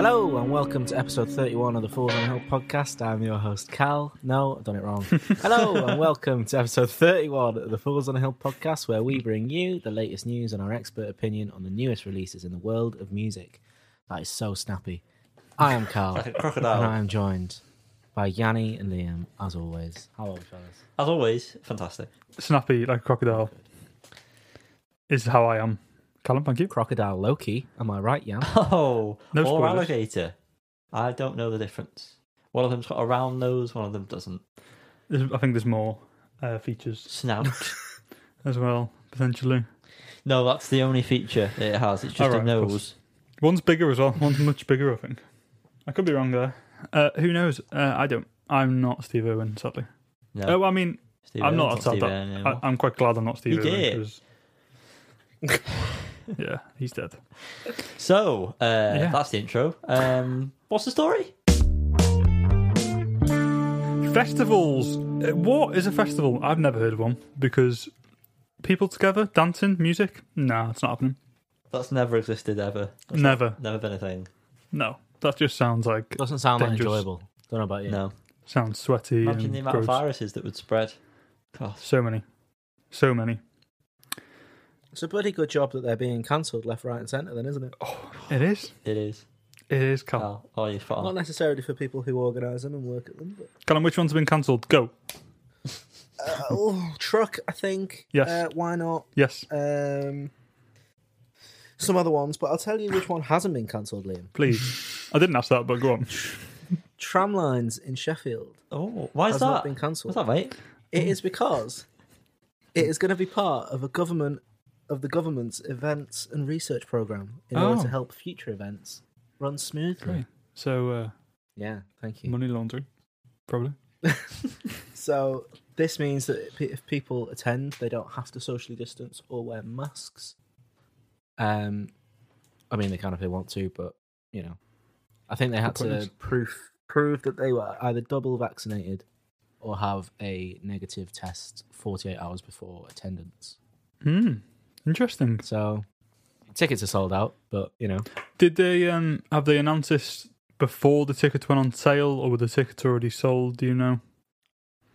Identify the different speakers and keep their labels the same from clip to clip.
Speaker 1: Hello and welcome to episode 31 of the Fools on Hill podcast. I'm your host Cal. No, I've done it wrong. Hello and welcome to episode 31 of the Fools on a Hill podcast, where we bring you the latest news and our expert opinion on the newest releases in the world of music. That is so snappy. I am Carl.
Speaker 2: Like a
Speaker 1: And I
Speaker 2: crocodile.
Speaker 1: am joined by Yanni and Liam, as always. Hello, fellas.
Speaker 2: As always, fantastic.
Speaker 3: snappy like a crocodile is how I am. Callum, thank you.
Speaker 1: Crocodile Loki, am I right, Yan?
Speaker 2: Oh,
Speaker 3: No
Speaker 2: or
Speaker 3: spoilers.
Speaker 2: alligator. I don't know the difference. One of them's got a round nose, one of them doesn't.
Speaker 3: There's- I think there's more uh, features
Speaker 2: Snout.
Speaker 3: as well, potentially.
Speaker 2: no, that's the only feature it has. It's just
Speaker 3: All right,
Speaker 2: a
Speaker 3: of
Speaker 2: nose.
Speaker 3: One's bigger as well. One's much bigger, I think. I could be wrong there. Uh, who knows? Uh, I don't. I'm not Steve Irwin, sadly.
Speaker 2: No,
Speaker 3: Oh, I mean,
Speaker 2: Steve
Speaker 3: I'm not
Speaker 2: Irwin's
Speaker 3: sad
Speaker 2: Steve
Speaker 3: that-
Speaker 2: Irwin
Speaker 3: I,
Speaker 2: anymore.
Speaker 3: I'm quite glad I'm not Steve
Speaker 2: He
Speaker 3: Irwin.
Speaker 2: did.
Speaker 3: 'cause- yeah, he's dead.
Speaker 2: So, uh,
Speaker 3: Yeah.
Speaker 2: that's the intro. Um, what's the story?
Speaker 3: Festivals. Uh, What is a festival? I've never heard of one because people together dancing, music. Nah, it's not happening.
Speaker 2: That's never existed ever. That's
Speaker 3: Never.
Speaker 2: Never been a thing.
Speaker 3: No, that just sounds like
Speaker 1: Doesn't sound that
Speaker 3: Dangerous.
Speaker 1: enjoyable. Don't know about you.
Speaker 2: No.
Speaker 3: sounds sweaty.
Speaker 2: Imagine
Speaker 3: and
Speaker 2: the amount
Speaker 3: gross.
Speaker 2: of viruses that would spread. God.
Speaker 3: So many, so many.
Speaker 1: It's a bloody good job that they're being cancelled left, right, and centre, then, isn't it?
Speaker 3: It is.
Speaker 2: It is.
Speaker 3: It is. Cal.
Speaker 2: Cal. Oh, you're spot
Speaker 1: Not
Speaker 2: on.
Speaker 1: necessarily for people who organise them and work at them, but
Speaker 3: Callum, which one's been cancelled? Go.
Speaker 1: uh, oh, truck, I think.
Speaker 3: Yes.
Speaker 1: Uh, why not?
Speaker 3: Yes,
Speaker 2: Uh,
Speaker 1: Um, some other ones, but I'll tell you which one hasn't been cancelled, Liam.
Speaker 3: please. I didn't ask that, but go on.
Speaker 1: Tramlines in Sheffield
Speaker 2: Oh, why is
Speaker 1: has
Speaker 2: that?
Speaker 1: not been
Speaker 2: What's
Speaker 1: cancelled.
Speaker 2: that, mate?
Speaker 1: It is because it is going to be part of a government of the government's events and research program in order
Speaker 3: Oh.
Speaker 1: to help future events run smoothly.
Speaker 3: Great. So uh,
Speaker 1: Yeah, thank you.
Speaker 3: money laundering, probably.
Speaker 1: So this means that pe- if people attend, they don't have to socially distance or wear masks. Um, I mean, they can if they want to, but you know, I think they had
Speaker 3: Good point.
Speaker 1: to proof prove that they were either double vaccinated or have a negative test 48 hours before attendance.
Speaker 3: Hmm. Interesting.
Speaker 1: So tickets are sold out, but you know,
Speaker 3: Did they um have they announced this before the tickets went on sale, or were the tickets already sold? Do you know?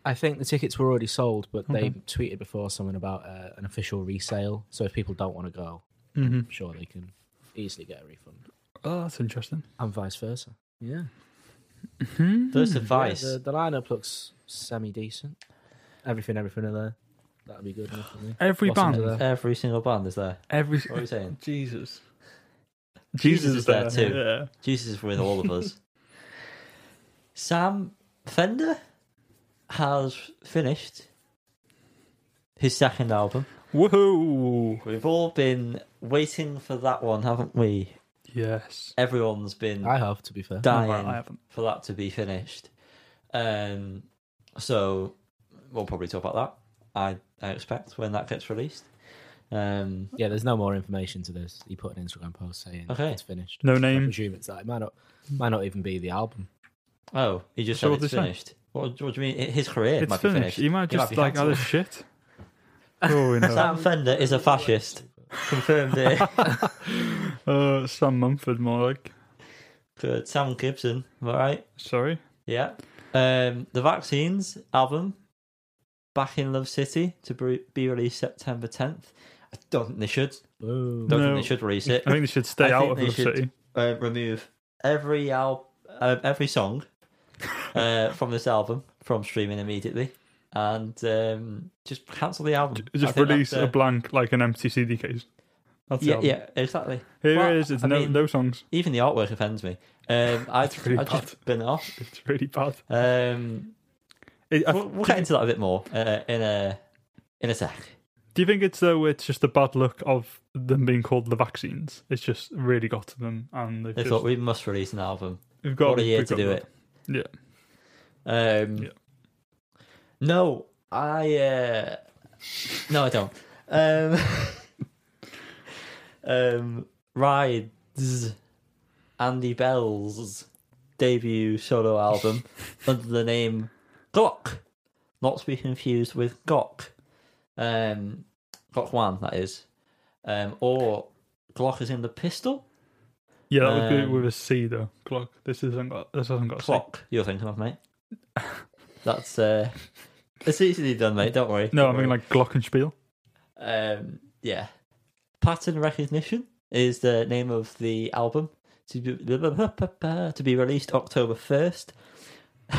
Speaker 1: I think the tickets were already sold, but they
Speaker 3: Okay.
Speaker 1: tweeted before someone about uh, an official resale. So if people don't want to go,
Speaker 3: Mm-hmm.
Speaker 1: I'm sure they can easily get a refund.
Speaker 3: Oh, that's interesting.
Speaker 1: and vice versa. Yeah,
Speaker 3: Hmm.
Speaker 2: First advice.
Speaker 1: the, the lineup looks semi decent. Everything, everything in there. That'd be good enough for me.
Speaker 3: Every
Speaker 1: What's under
Speaker 3: band,
Speaker 1: there?
Speaker 2: Every single band Oh, is there.
Speaker 3: every
Speaker 2: What are you saying?
Speaker 3: Jesus.
Speaker 2: Jesus is there too.
Speaker 3: Yeah.
Speaker 2: Jesus is with all of us. Sam Fender has finished his second album.
Speaker 3: Woohoo!
Speaker 2: We've all been waiting for that one, haven't we?
Speaker 3: Yes.
Speaker 2: Everyone's been
Speaker 1: I have, to be fair.
Speaker 3: No, I- I
Speaker 2: dying
Speaker 3: haven't.
Speaker 2: for that to be finished. Um, so we'll probably talk about that. I, I expect when that gets released. Um,
Speaker 1: Yeah, there's no more information to this. He put an Instagram post saying
Speaker 2: Okay.
Speaker 1: it's finished.
Speaker 3: No
Speaker 1: I
Speaker 3: name.
Speaker 1: presume it's that. It might not, might not even be the album.
Speaker 2: oh, he just
Speaker 3: So
Speaker 2: said
Speaker 3: what
Speaker 2: it's
Speaker 3: they say?
Speaker 2: finished. What, what do you mean? His career
Speaker 3: It's
Speaker 2: might
Speaker 3: finished.
Speaker 2: be finished.
Speaker 3: You might
Speaker 2: He might
Speaker 3: just
Speaker 2: be
Speaker 3: like other shit. Oh, we know.
Speaker 2: Sam Fender is a fascist. Confirmed it.
Speaker 3: uh, Sam Mumford, more like.
Speaker 2: Good. Sam Gibson, am I right?
Speaker 3: Sorry.
Speaker 2: Yeah. Um, the Vaccines album, Back in Love City, to be be released September 10th. I don't think they should.
Speaker 1: Ooh.
Speaker 2: Don't
Speaker 3: No.
Speaker 2: think they should release it.
Speaker 3: I think they should
Speaker 2: I
Speaker 3: stay out
Speaker 2: think
Speaker 3: of
Speaker 2: they
Speaker 3: the
Speaker 2: should-
Speaker 3: city.
Speaker 2: Uh, remove every al- uh, every song uh, from this album from streaming immediately, and um, just cancel the album. I
Speaker 3: Just
Speaker 2: think
Speaker 3: release
Speaker 2: that's, uh,
Speaker 3: a blank, like an empty CD case. That's
Speaker 2: Yeah,
Speaker 3: it.
Speaker 2: yeah, exactly.
Speaker 3: Here
Speaker 2: Well,
Speaker 3: it is. It's
Speaker 2: I
Speaker 3: no,
Speaker 2: mean-
Speaker 3: no songs.
Speaker 2: Even the artwork offends me. Um, I
Speaker 3: That's really
Speaker 2: I just been off.
Speaker 3: It's really bad.
Speaker 2: Um,
Speaker 3: It, I-
Speaker 2: we'll, we'll get into that a bit more uh, in a in a sec.
Speaker 3: do you think it's though? It's just the bad luck of them being called the vaccines. It's just really got to them, and they've
Speaker 2: They
Speaker 3: just,
Speaker 2: thought we must release an album.
Speaker 3: we've got
Speaker 2: Got a year to do it. Um,
Speaker 3: Yeah.
Speaker 2: No, I. Uh, no, I don't. Um, um, Rides, Andy Bell's debut solo album under the name Glock, not to be confused with Glock, um, Glock One, that is, um, or Glock is in the pistol.
Speaker 3: Yeah, that would be
Speaker 2: Um,
Speaker 3: with a C though. Clock. This isn't got. This hasn't got. a C.
Speaker 2: Clock, you're thinking of, mate. That's uh, it's easily done, mate. Don't worry.
Speaker 3: No, I
Speaker 2: Don't
Speaker 3: mean
Speaker 2: worry.
Speaker 3: like Glockenspiel.
Speaker 2: um, yeah. Pattern recognition is the name of the album to be, to be released October first.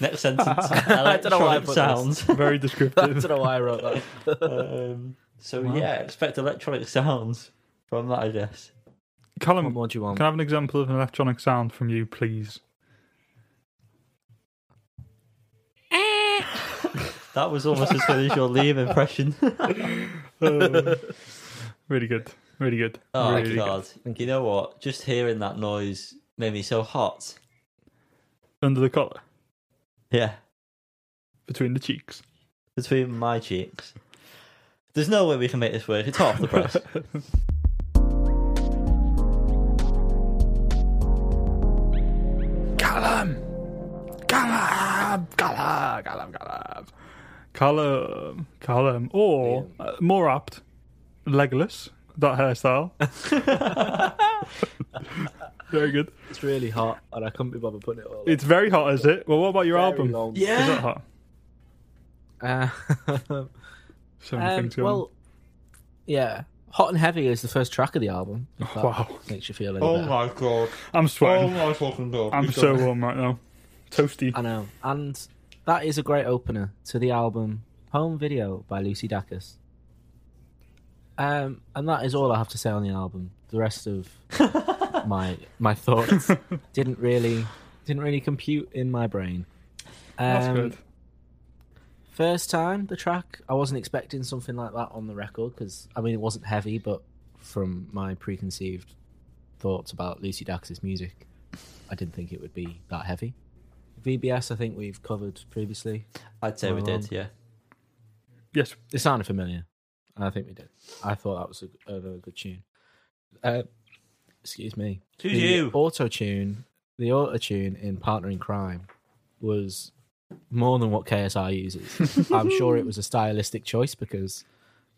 Speaker 2: Next sentence.
Speaker 1: I don't know why I
Speaker 2: Electronic
Speaker 1: put this.
Speaker 2: sounds.
Speaker 3: Very
Speaker 1: I don't
Speaker 3: descriptive.
Speaker 1: know why I wrote that.
Speaker 2: Um, so
Speaker 3: Wow.
Speaker 2: yeah, expect electronic sounds from that, I guess.
Speaker 1: What
Speaker 3: Callum,
Speaker 1: more do you want?
Speaker 3: can I have an example of an electronic sound from you, please?
Speaker 2: That was almost as good as your Liam impression.
Speaker 3: Um, really good. Really good.
Speaker 2: Oh
Speaker 3: really
Speaker 2: god! You know what? Just hearing that noise made me so hot.
Speaker 3: good. Under the collar,
Speaker 2: Yeah,
Speaker 3: between the cheeks.
Speaker 2: between my cheeks. There's no way we can make this work. It's half the price.
Speaker 3: Callum, Callum, Callum, Callum, Callum, Callum, Callum. Or uh, more apt, legless. That hairstyle. very good.
Speaker 1: It's really hot, and I couldn't be bothered putting it all.
Speaker 3: It's very hot, is it? Well, what about your
Speaker 1: Very
Speaker 3: album?
Speaker 1: long.
Speaker 3: Is that hot?
Speaker 1: Uh,
Speaker 3: So many
Speaker 1: um,
Speaker 3: things going.
Speaker 1: well, yeah. Hot and heavy is the first track of the album. if that
Speaker 3: wow,
Speaker 1: makes you feel any
Speaker 2: Oh
Speaker 1: better.
Speaker 2: my god!
Speaker 3: I'm
Speaker 2: Oh
Speaker 3: sweating.
Speaker 2: my fucking god!
Speaker 3: I'm
Speaker 2: You've
Speaker 3: so
Speaker 2: done it.
Speaker 3: warm right now. Toasty.
Speaker 1: I know. And that is a great opener to the album Home Video by Lucy Dacus. Um, and that is all I have to say on the album. The rest of my my thoughts didn't really didn't really compute in my brain. Um,
Speaker 3: That's good.
Speaker 1: First time the track, I wasn't expecting something like that on the record because I mean it wasn't heavy, but from my preconceived thoughts about Lucy Dacus's music, I didn't think it would be that heavy. VBS, I think we've covered previously.
Speaker 2: I'd say we did. Yeah.
Speaker 3: Yes.
Speaker 1: It sounded familiar, and I think we did. I thought that was a, a good tune. Uh, excuse me.
Speaker 2: Who's you?
Speaker 1: Auto tune. The auto tune in Partner in Crime was more than what KSI uses. I'm sure it was a stylistic choice because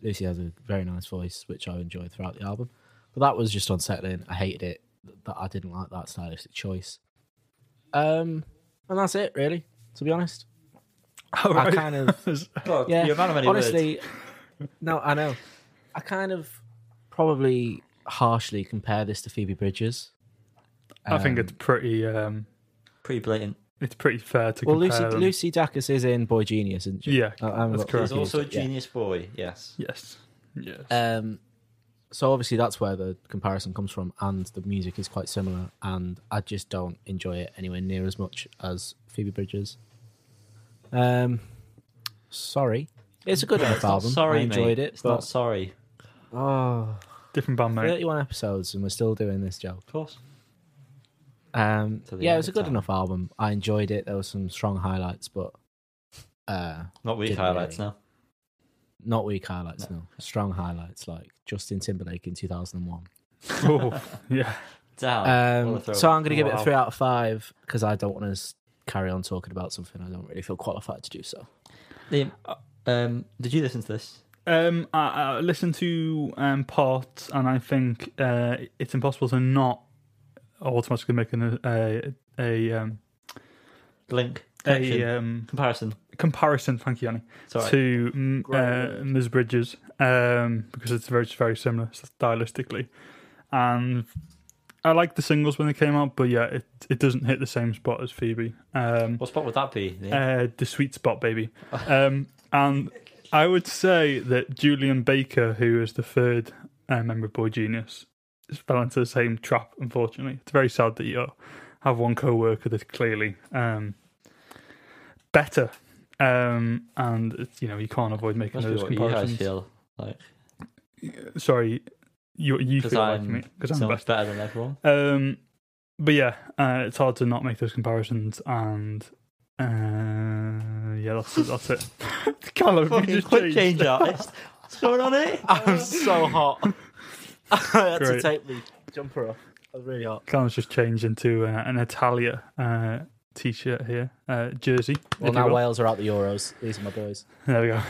Speaker 1: Lucy has a very nice voice, which I enjoyed throughout the album. But that was just unsettling. I hated it. Th- That I didn't like that stylistic choice. Um, and that's it, really. To be honest,
Speaker 3: All
Speaker 1: I kind of
Speaker 2: Oh, God,
Speaker 1: yeah.
Speaker 2: you're a man of many words.
Speaker 1: Honestly, no, I know. I kind of probably harshly compare this to Phoebe Bridges.
Speaker 3: I think
Speaker 1: Um,
Speaker 3: it's pretty. Um,
Speaker 2: Pretty blatant.
Speaker 3: it's pretty fair to
Speaker 1: well,
Speaker 3: compare
Speaker 1: Lucy
Speaker 3: them.
Speaker 1: Lucy Dacus is in Boy Genius, isn't she?
Speaker 3: Yeah,
Speaker 1: I- I haven't
Speaker 3: that's
Speaker 1: got
Speaker 3: correct.
Speaker 1: confused,
Speaker 2: He's also a
Speaker 1: but yeah.
Speaker 2: genius boy. Yes.
Speaker 3: Yes. Yes.
Speaker 1: Um, so obviously that's where the comparison comes from, and the music is quite similar. And I just don't enjoy it anywhere near as much as Phoebe Bridges. Um, sorry, it's a good enough
Speaker 2: It's not
Speaker 1: album.
Speaker 2: sorry,
Speaker 1: I enjoyed
Speaker 2: mate.
Speaker 1: it.
Speaker 2: It's
Speaker 1: but,
Speaker 2: not sorry.
Speaker 1: oh,
Speaker 3: Different band, mate.
Speaker 1: 31 episodes, and we're still doing this job.
Speaker 2: Of course.
Speaker 1: Um,
Speaker 2: Till the
Speaker 1: yeah,
Speaker 2: end
Speaker 1: it was a
Speaker 2: of
Speaker 1: good
Speaker 2: time.
Speaker 1: enough album. I enjoyed it. There were some strong highlights, but uh,
Speaker 2: Not weak
Speaker 1: Didn't
Speaker 2: highlights
Speaker 1: really.
Speaker 2: now.
Speaker 1: not weak highlights.
Speaker 2: No.
Speaker 1: No. strong highlights like Justin Timberlake in two thousand and one.
Speaker 3: oh, yeah.
Speaker 2: Damn.
Speaker 1: Um,
Speaker 2: What a
Speaker 1: so I'm going to give it
Speaker 3: Wow.
Speaker 1: a three out of five because I don't want to carry on talking about something I don't really feel qualified to do. So
Speaker 2: Liam, um, did you listen to this?
Speaker 3: Um, I, I listened to um, parts, and I think uh, it's impossible to not automatically make an, uh, a a um,
Speaker 2: Link.
Speaker 3: a
Speaker 1: uh,
Speaker 2: Connection.
Speaker 3: um,
Speaker 2: Comparison.
Speaker 3: comparison. Thank you, Annie.
Speaker 2: Sorry.
Speaker 3: to mm,
Speaker 1: Great
Speaker 3: uh,
Speaker 1: word.
Speaker 3: Ms. Bridges um, because it's very it's very similar stylistically, and I liked the singles when they came out, but yeah, it it doesn't hit the same spot as Phoebe. Um,
Speaker 2: What spot would that be? Liam?
Speaker 3: uh, the sweet spot, baby, um, and I would say that Julian Baker, who is the third uh, member of Boy Genius, is fell into the same trap. Unfortunately, it's very sad that you have one co-worker that's clearly um, better. Um, and it's, you know you can't avoid making
Speaker 2: Must be
Speaker 3: those
Speaker 2: what you guys
Speaker 3: comparisons.
Speaker 2: feel like.
Speaker 3: Sorry, you you
Speaker 2: 'Cause
Speaker 3: feel like
Speaker 2: I'm
Speaker 3: me because
Speaker 2: so
Speaker 3: I'm
Speaker 2: much
Speaker 3: better.
Speaker 2: better than everyone.
Speaker 3: Um, but yeah, uh, it's hard to not make those comparisons, and uh, yeah, that's it, that's it. Callum, you
Speaker 2: Fucking
Speaker 3: just
Speaker 2: quick
Speaker 3: changed.
Speaker 2: change artist. What's going on here?
Speaker 1: I'm so hot. I had
Speaker 3: to Great.
Speaker 1: take the jumper off. I was really hot.
Speaker 3: Callum's just changed into uh, an Italia uh, t-shirt here, uh, jersey.
Speaker 1: Well,
Speaker 3: if you
Speaker 1: now
Speaker 3: will.
Speaker 1: Wales are out the Euros. These are my boys.
Speaker 3: There we go.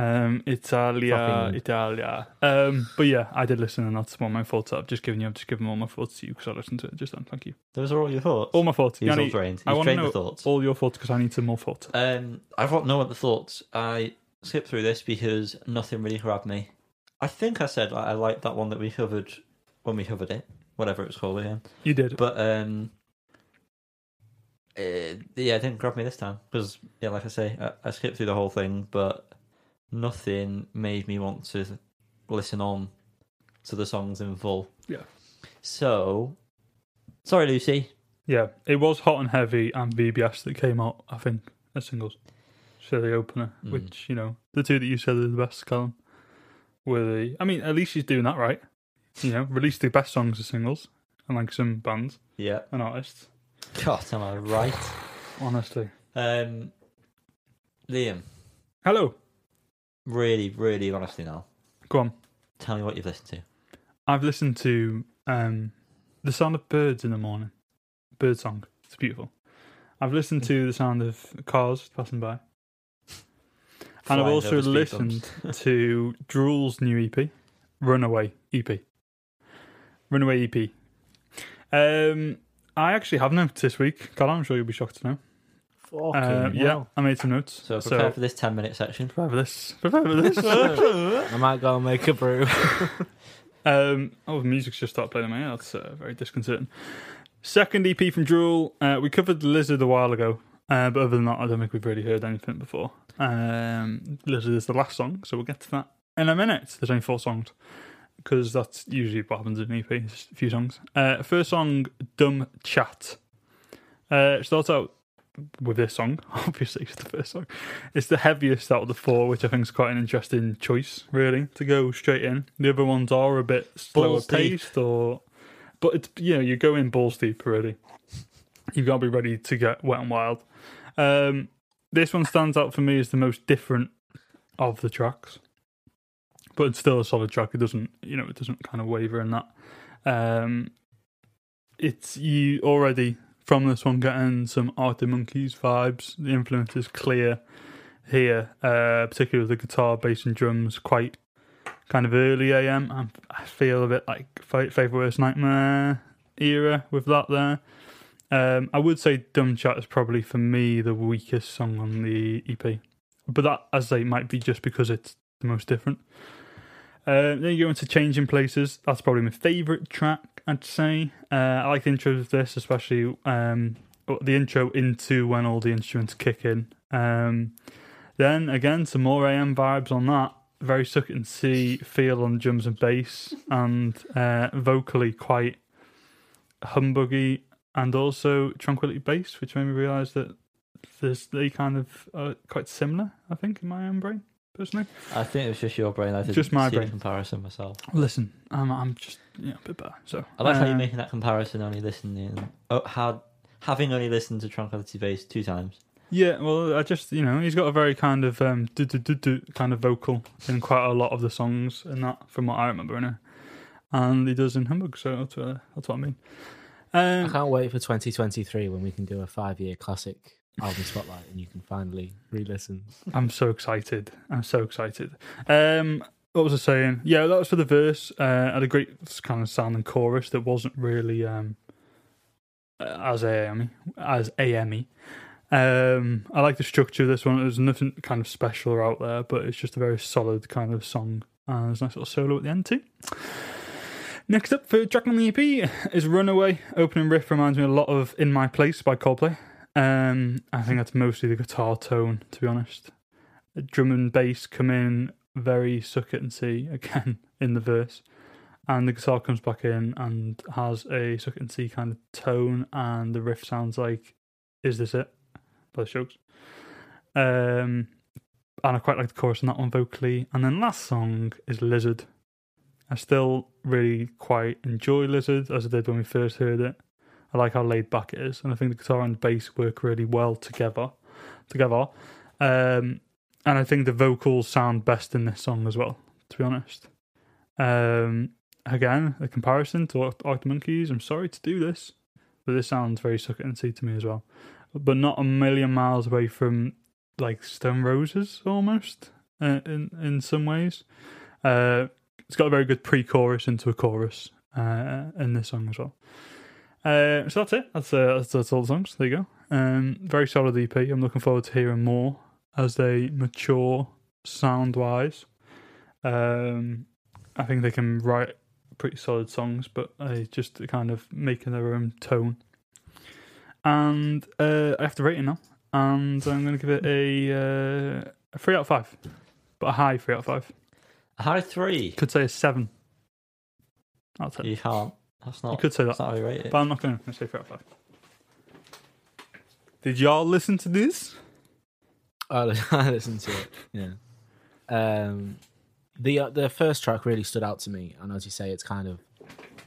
Speaker 3: Um, Italia,
Speaker 1: Fucking-
Speaker 3: Italia. Um, but yeah, I did listen, and that's all my thoughts. I've just given you. I've just given all my thoughts to you because I listened to it just then. Thank you.
Speaker 2: Those are all your thoughts.
Speaker 3: All my thoughts.
Speaker 2: He's
Speaker 3: Yanni,
Speaker 2: all drained.
Speaker 3: I
Speaker 2: He's
Speaker 3: want to
Speaker 2: drained
Speaker 3: know
Speaker 2: the thoughts.
Speaker 3: all your thoughts because I need some more thoughts.
Speaker 2: Um, I've got no other thoughts. I skipped through this because nothing really grabbed me. I think I said I, I liked that one that we covered when we covered it, whatever it's called again.
Speaker 3: You did.
Speaker 2: But um, eh, yeah, it didn't grab me this time because yeah, like I say, I, I skipped through the whole thing, but nothing made me want to listen on to the songs in full.
Speaker 3: Yeah.
Speaker 2: So, sorry, Lucy.
Speaker 3: Yeah, it was Hot and Heavy and VBS that came out, I think, as singles. So the opener,
Speaker 2: Mm.
Speaker 3: which, you know, the two that you said are the best, Callum, were the. I mean, at least she's doing that right. You know, release the best songs as singles and like some bands
Speaker 2: Yeah.
Speaker 3: and artists.
Speaker 2: God, am I right?
Speaker 3: Honestly.
Speaker 2: Um, Liam.
Speaker 3: Hello.
Speaker 2: really, really honestly now,
Speaker 3: Go on.
Speaker 2: tell me what you've listened to.
Speaker 3: I've listened to um, The Sound of Birds in the Morning, bird song. It's beautiful. I've listened to the sound of cars passing by. And I've
Speaker 2: Flying
Speaker 3: also
Speaker 2: over speed
Speaker 3: listened to Drool's new EP, Runaway EP. Runaway EP. Um, I actually have notes this week. Colin, I'm sure you'll be shocked to know.
Speaker 1: Fucking
Speaker 3: Uh, yeah,
Speaker 1: hell.
Speaker 3: I made some notes.
Speaker 2: So prepare for this ten-minute section.
Speaker 3: prepare for this. Prepare for this.
Speaker 1: I might go and make a brew.
Speaker 3: Um, oh, the music's just started playing in my head. That's uh, very disconcerting. Second EP from Drool. Uh, we covered Lizard a while ago, uh, but other than that, I don't think we've really heard anything before. Um, Lizard is the last song, so we'll get to that in a minute. There's only four songs because that's usually what happens in an EP. It's just a few songs. Uh, first song, Dumb Chat. Uh, it starts out with this song, obviously, it's the first song. It's the heaviest out of the four, which I think is quite an interesting choice, really, to go straight in. The other ones are a bit slower
Speaker 2: Balls deep.
Speaker 3: paced, or but it's you know you go in balls deep really. You've got to be ready to get wet and wild. Um, this one stands out for me as the most different of the tracks, but it's still a solid track. It doesn't you know it doesn't kind of waver in that. Um, it's you already from this one getting some Arctic Monkeys vibes. The influence is clear here, uh, particularly with the guitar, bass, and drums. Quite kind of early AM. I'm, I feel a bit like Fa- Favourite Worst Nightmare era with that there. Um, I would say Dumb Chat is probably for me the weakest song on the EP, but that, as I say, might be just because it's the most different. Uh, then you go into Changing Places. That's probably my favourite track, I'd say. Uh, I like the intro of this, especially um, the intro into when all the instruments kick in. Um, then again, some more AM vibes on that. Very suck and see feel on drums and bass, and uh, vocally quite humbuggy, and also tranquility bass, which made me realise that there's they kind of are quite similar. I think in my own brain personally.
Speaker 2: I think it was just your brain. I didn't
Speaker 3: Just my
Speaker 2: see the
Speaker 3: brain.
Speaker 2: comparison myself.
Speaker 3: Listen, I'm I'm just yeah a bit better. So
Speaker 2: I like how you're
Speaker 3: um,
Speaker 2: making that comparison. Only listening, oh, had having only listened to Tranquility Base two times.
Speaker 3: Yeah, well, I just you know he's got a very kind of um do do do do kind of vocal in quite a lot of the songs and that from what I remember in and he does in Hamburg. So that's what, that's what I mean.
Speaker 1: I
Speaker 3: Um,
Speaker 1: can't wait for 2023 when we can do a five-year classic album spotlight and you can finally re-listen.
Speaker 3: I'm so excited. I'm so excited. Um, what was I saying? Yeah, that was for the verse. Uh, had a great kind of sound and chorus that wasn't really um uh, as AME as AME. Um, I like the structure of this one. There's nothing kind of special out there, but it's just a very solid kind of song. And there's a nice little solo at the end too. Next up for track on the EP is Runaway. Opening riff reminds me a lot of In My Place by Coldplay. Um, I think that's mostly the guitar tone, to be honest. Drum and bass come in very suck it and see again in the verse, and the guitar comes back in and has a suck it and see kind of tone, and the riff sounds like "Is This It" by the Strokes. Um, and I quite like the chorus on that one vocally. And then last song is Lizard. I still really quite enjoy Lizard as I did when we first heard it. I like how laid back it is, and I think the guitar and bass work really well together. Together, um, and I think the vocals sound best in this song as well. To be honest, um, again, the comparison to Arctic Monkeys. I'm sorry to do this, but this sounds very suck it and see to me as well. but not a million miles away from like Stone Roses almost uh, in in some ways. Uh, it's got a very good pre-chorus into a chorus uh, in this song as well. Uh, so that's it. That's, uh, that's that's all the songs. There you go. Um, very solid EP. I'm looking forward to hearing more as they mature sound wise. Um, I think they can write pretty solid songs, but they just are kind of making their own tone. And uh, I have to rate it now, and I'm going to give it a, uh, a three out of five, but a high three out of five.
Speaker 2: High three.
Speaker 3: Could say a seven. That's it.
Speaker 2: You can't. That's not.
Speaker 3: You could say that.
Speaker 2: That's not how you rate it.
Speaker 3: But I'm not going to say three out of five. Did y'all listen to this?
Speaker 1: I I listened to it. Yeah. Um, the uh, the first track really stood out to me, and as you say, it's kind of,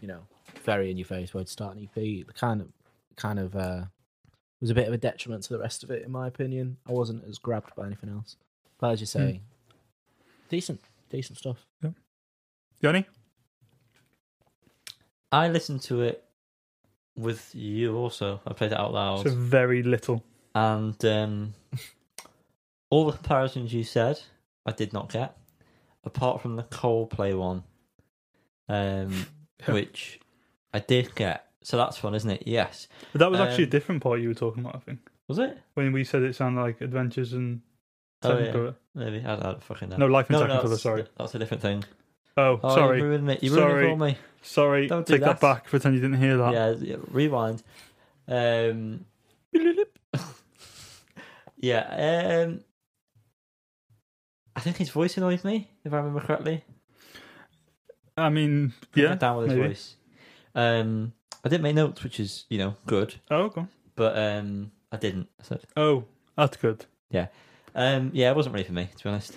Speaker 1: you know, very in your face way to start an EP. The kind of kind of uh, was a bit of a detriment to the rest of it, in my opinion. I wasn't as grabbed by anything else, but as you say, decent, decent stuff.
Speaker 3: Yanni?
Speaker 2: I listened to it with you also. I played it out loud.
Speaker 3: So very little.
Speaker 2: and um, all the comparisons you said, I did not get, apart from the Coldplay one, um,
Speaker 3: Yeah.
Speaker 2: which I did get. So that's fun, isn't it? Yes.
Speaker 3: But that was
Speaker 2: Um,
Speaker 3: actually a different part you were talking about, I think.
Speaker 2: Was it?
Speaker 3: When we said it sounded like Adventures in
Speaker 2: Oh, yeah.
Speaker 3: Technicolor.
Speaker 2: Maybe. I, I don't fucking know.
Speaker 3: No, Life in Technicolor,
Speaker 2: that's-
Speaker 3: sorry.
Speaker 2: That's a different thing.
Speaker 3: Oh,
Speaker 2: Oh,
Speaker 3: sorry.
Speaker 2: You ruined me. You ruined
Speaker 3: Sorry.
Speaker 2: it for me.
Speaker 3: Sorry.
Speaker 2: Don't do
Speaker 3: Take that.
Speaker 2: that.
Speaker 3: back. Pretend you didn't hear that.
Speaker 2: Yeah, yeah, rewind. Um, yeah. Um, I think his voice annoyed me, if I remember correctly.
Speaker 3: I mean,
Speaker 2: Couldn't
Speaker 3: yeah.
Speaker 2: get down with his
Speaker 3: maybe.
Speaker 2: voice. Um, I didn't make notes, which is you know good,
Speaker 3: Oh, go on.
Speaker 2: but um, I didn't. So,
Speaker 3: Oh, that's good.
Speaker 2: um, yeah, it wasn't really for me to be honest.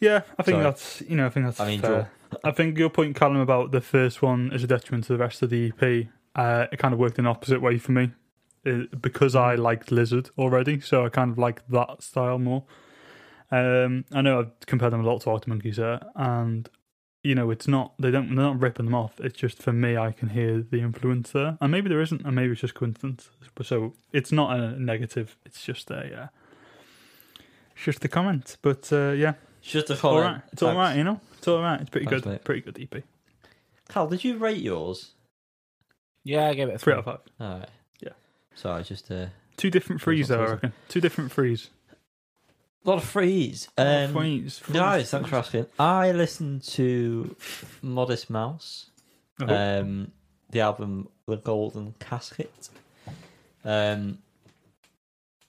Speaker 3: Yeah, I think
Speaker 2: Sorry.
Speaker 3: that's you know, I think that's
Speaker 2: I mean,
Speaker 3: fair. I think your point, Callum, about the first one is a detriment to the rest of the EP. Uh, it kind of worked in the opposite way for me uh, because I liked Lizard already, so I kind of like that style more. Um, I know I've compared them a lot to Arctic Monkeys there, and you know, it's not they don't they're not ripping them off. It's just for me, I can hear the influence there, and maybe there isn't, and maybe it's just coincidence. But so it's not a negative. It's just a yeah, it's just a comment. But uh, yeah,
Speaker 2: It's Just a
Speaker 3: all
Speaker 2: comment.
Speaker 3: right, it's all right, you know, it's all right. It's pretty
Speaker 2: Thanks,
Speaker 3: good,
Speaker 2: mate.
Speaker 3: pretty good E EP.
Speaker 2: Cal, did you rate yours?
Speaker 1: Yeah, I gave it a three.
Speaker 3: Three out of five.
Speaker 2: All right.
Speaker 3: Yeah.
Speaker 2: Sorry, just uh, a
Speaker 3: Two different threes, though, I reckon. Two different threes.
Speaker 2: lot of freeze. Um,
Speaker 3: threes.
Speaker 2: guys, thanks for asking. I listened to Modest Mouse.
Speaker 3: Oh,
Speaker 2: um, the album The Golden Casket. Um,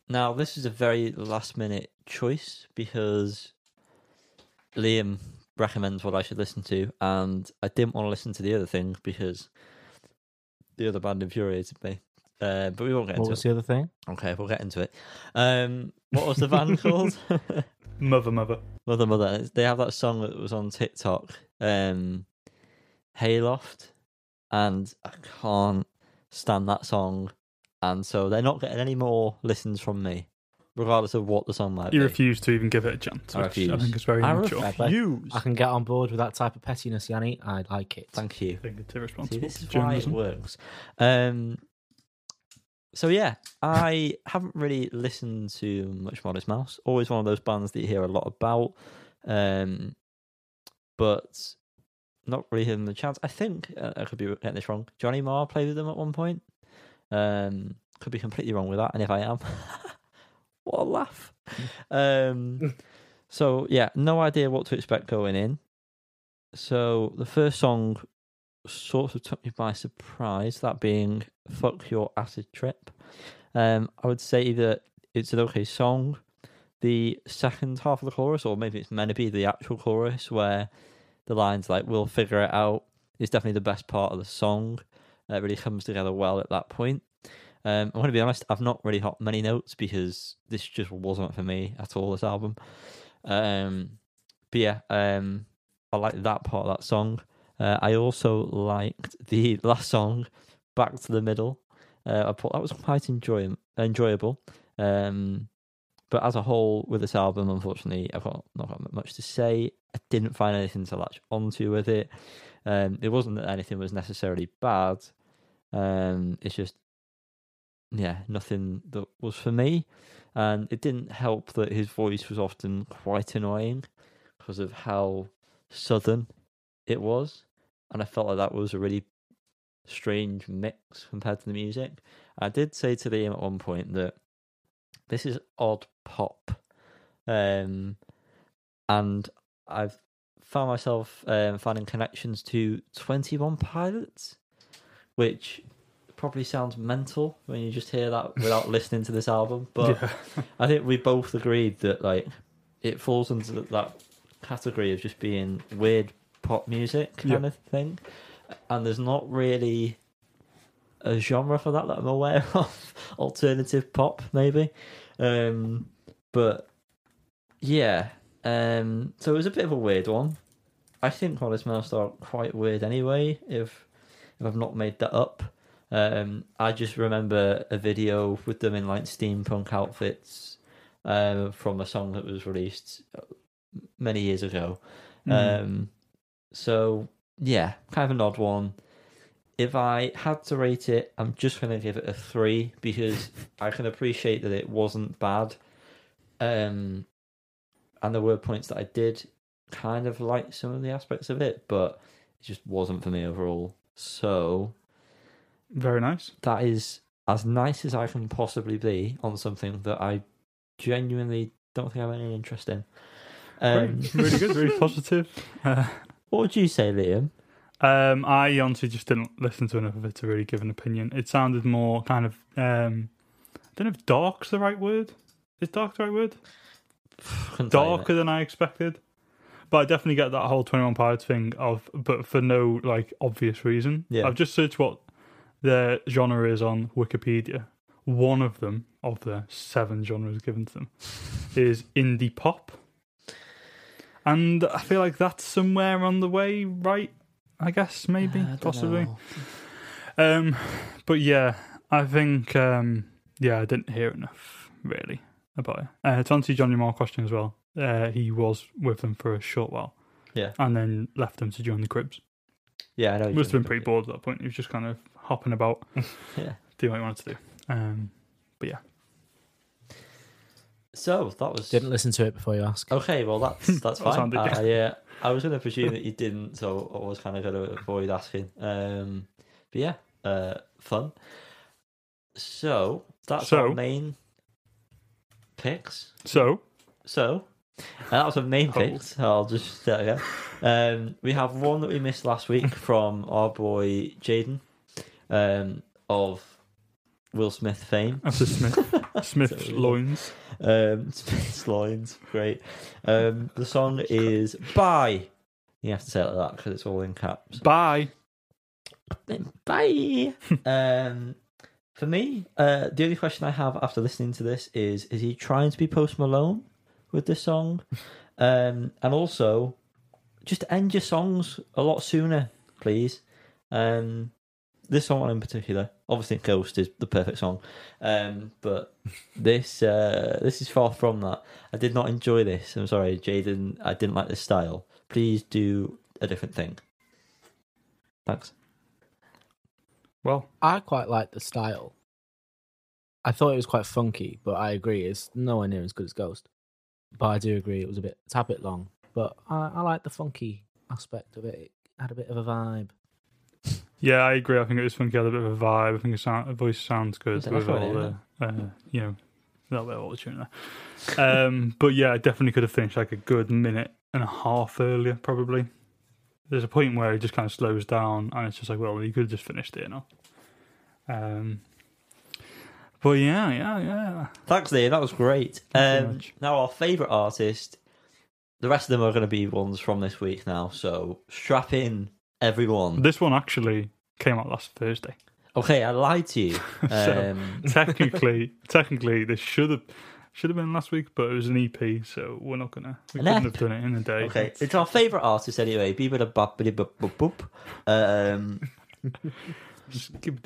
Speaker 2: now, this is a very last minute choice because Liam recommends what I should listen to, and I didn't want to listen to the other thing because the other band infuriated me. Uh, but we won't get
Speaker 1: What
Speaker 2: into
Speaker 1: was
Speaker 2: it.
Speaker 1: the other thing?
Speaker 2: Okay, we'll get into it. Um, what was the band called?
Speaker 3: mother, mother.
Speaker 2: Mother Mother. They have that song that was on TikTok, um, Hayloft, and I can't stand that song. And so they're not getting any more listens from me, regardless of what the song might
Speaker 3: You
Speaker 2: be.
Speaker 3: refuse to even give it a chance.
Speaker 2: I
Speaker 3: which I
Speaker 2: refuse.
Speaker 3: think it's very
Speaker 2: I
Speaker 3: immature.
Speaker 2: refuse.
Speaker 3: refuse.
Speaker 1: I can get on board with that type of pettiness, Yanni. I like it.
Speaker 2: Thank you.
Speaker 3: I think it's
Speaker 2: See,
Speaker 3: irresponsible.
Speaker 2: this is why it
Speaker 3: journalism.
Speaker 2: works. Um, so yeah, I haven't really listened to much Modest Mouse. Always one of those bands that you hear a lot about, um, but not really given the chance. I think uh, I could be getting this wrong. Johnny Marr played with them at one point. Um, could be completely wrong with that, and if I am, what a laugh. Um, so yeah, no idea what to expect going in. So the first song sort of took me by surprise, that being Fuck Your Acid Trip. Um, I would say that it's an okay song. The second half of the chorus, or maybe it's meant to be the actual chorus, where the lines like, We'll figure it out, is definitely the best part of the song. It really comes together well at that point. Um, I'm going to be honest, I've not really got many notes because this just wasn't for me at all, this album. Um, but yeah, um, I like that part of that song. Uh, I also liked the last song, "Back to the Middle." Uh, I thought that was quite enjoy- enjoyable. Um, but as a whole, with this album, unfortunately, I've got not got much to say. I didn't find anything to latch onto with it. Um, it wasn't that anything was necessarily bad. Um, it's just yeah, nothing that was for me. And it didn't help that his voice was often quite annoying because of how southern it was. And I felt like that was a really strange mix compared to the music. I did say to Liam at one point that this is odd pop. Um, and I've found myself um, finding connections to 21 Pilots, which probably sounds mental when you just hear that without listening to this album. But
Speaker 3: yeah.
Speaker 2: I think we both agreed that like it falls into th- that category of just being weird pop music kind
Speaker 3: Yeah.
Speaker 2: of thing, and there's not really a genre for that that I'm aware of. Alternative pop, maybe, um, but yeah. Um, so it was a bit of a weird one. I think Hollis Mouse are quite weird anyway. If if I've not made that up, um, I just remember a video with them in like steampunk outfits um, from a song that was released uh, many years ago.
Speaker 3: Mm.
Speaker 2: Um, so yeah, kind of an odd one. If I had to rate it, I'm just going to give it a three because I can appreciate that it wasn't bad, um, and there were points that I did kind of like some of the aspects of it, but it just wasn't for me overall. So
Speaker 3: Very nice.
Speaker 2: that is as nice as I can possibly be on something that I genuinely don't think I have any interest in. Um,
Speaker 3: Great. really good. Really positive. Uh,
Speaker 2: what would you say, Liam?
Speaker 3: Um, I honestly just didn't listen to enough of it to really give an opinion. It sounded more kind of um, I don't know if dark's the right word. Is dark the right word?
Speaker 2: Couldn't tell you, mate.
Speaker 3: Darker than I expected. But I definitely get that whole Twenty One Pilots thing of, but for no like obvious reason.
Speaker 2: Yeah.
Speaker 3: I've just searched what their genre is on Wikipedia. One of them of the seven genres given to them is indie pop, and I feel like that's somewhere on the way, right? I guess maybe
Speaker 2: Yeah, I don't
Speaker 3: possibly.
Speaker 2: know.
Speaker 3: Um, but yeah, I think um, yeah, I didn't hear enough really about it. Uh, to answer Johnny Moore's question as well, uh, he was with them for a short while.
Speaker 2: Yeah.
Speaker 3: and then left them to join the Cribs.
Speaker 2: Yeah, I know. you
Speaker 3: Must have
Speaker 2: don't
Speaker 3: been pretty
Speaker 2: know.
Speaker 3: bored at that point. He was just kind of hopping about,
Speaker 2: Yeah.
Speaker 3: doing what he wanted to do. Um,
Speaker 2: So that was
Speaker 1: Didn't listen to it before you asked.
Speaker 2: Okay, well that's that's
Speaker 3: That was
Speaker 2: fine.
Speaker 3: handy.
Speaker 2: Uh, yeah, I was going to presume that you didn't, so I was kind of going to avoid asking. Um, but yeah, uh, fun. So that's
Speaker 3: So-
Speaker 2: our main picks.
Speaker 3: so
Speaker 2: So uh, that was our
Speaker 3: Oh.
Speaker 2: main picks. I'll just there we go. Um, we have one that we missed last week from our boy Jaden, um, of Will Smith fame.
Speaker 3: after Smith, Smith's
Speaker 2: Sorry.
Speaker 3: loins.
Speaker 2: Um, Space Lines, great. Um, the song is Bye. You have to say it like that because it's all in caps.
Speaker 3: Bye.
Speaker 2: Bye. um, for me, uh, the only question I have after listening to this is: Is he trying to be Post Malone with this song? Um, and also, just end your songs a lot sooner, please. Um, this song in particular, obviously, Ghost is the perfect song, um, but this uh, this is far from that. I did not enjoy this. I'm sorry, Jaden. I didn't like this style. Please do a different thing. Thanks.
Speaker 3: Well,
Speaker 1: I quite like the style. I thought it was quite funky, but I agree it's nowhere near as good as Ghost. But I do agree it was a bit it's a bit long, but I, I like the funky aspect of it. It had a bit of a vibe.
Speaker 3: yeah, I agree. I think it was funky. Had a bit of a vibe. I think the sound, the voice sounds good
Speaker 2: That's
Speaker 3: with
Speaker 2: right,
Speaker 3: all
Speaker 2: yeah.
Speaker 3: the, uh, you know, that bit of all the tune there. Um, but yeah, I definitely could have finished like a good minute and a half earlier, probably. There's a point where it just kind of slows down, and it's just like, well, you could have just finished it now. Um, but yeah, yeah, yeah.
Speaker 2: Thanks, Liam. That was great.
Speaker 3: Thank you
Speaker 2: um,
Speaker 3: much.
Speaker 2: now, our favourite artist. The rest of them are going to be ones from this week now, so strap in, everyone.
Speaker 3: This one actually came out last Thursday.
Speaker 2: Okay, I lied to you.
Speaker 3: So-
Speaker 2: Um,
Speaker 3: technically, technically, this should have should have been last week, but it was an EP, so we're not gonna we
Speaker 2: An
Speaker 3: couldn't
Speaker 2: EP.
Speaker 3: have done it in a day.
Speaker 2: okay, it's our favourite artist anyway. Beebada boppity bop bop boop.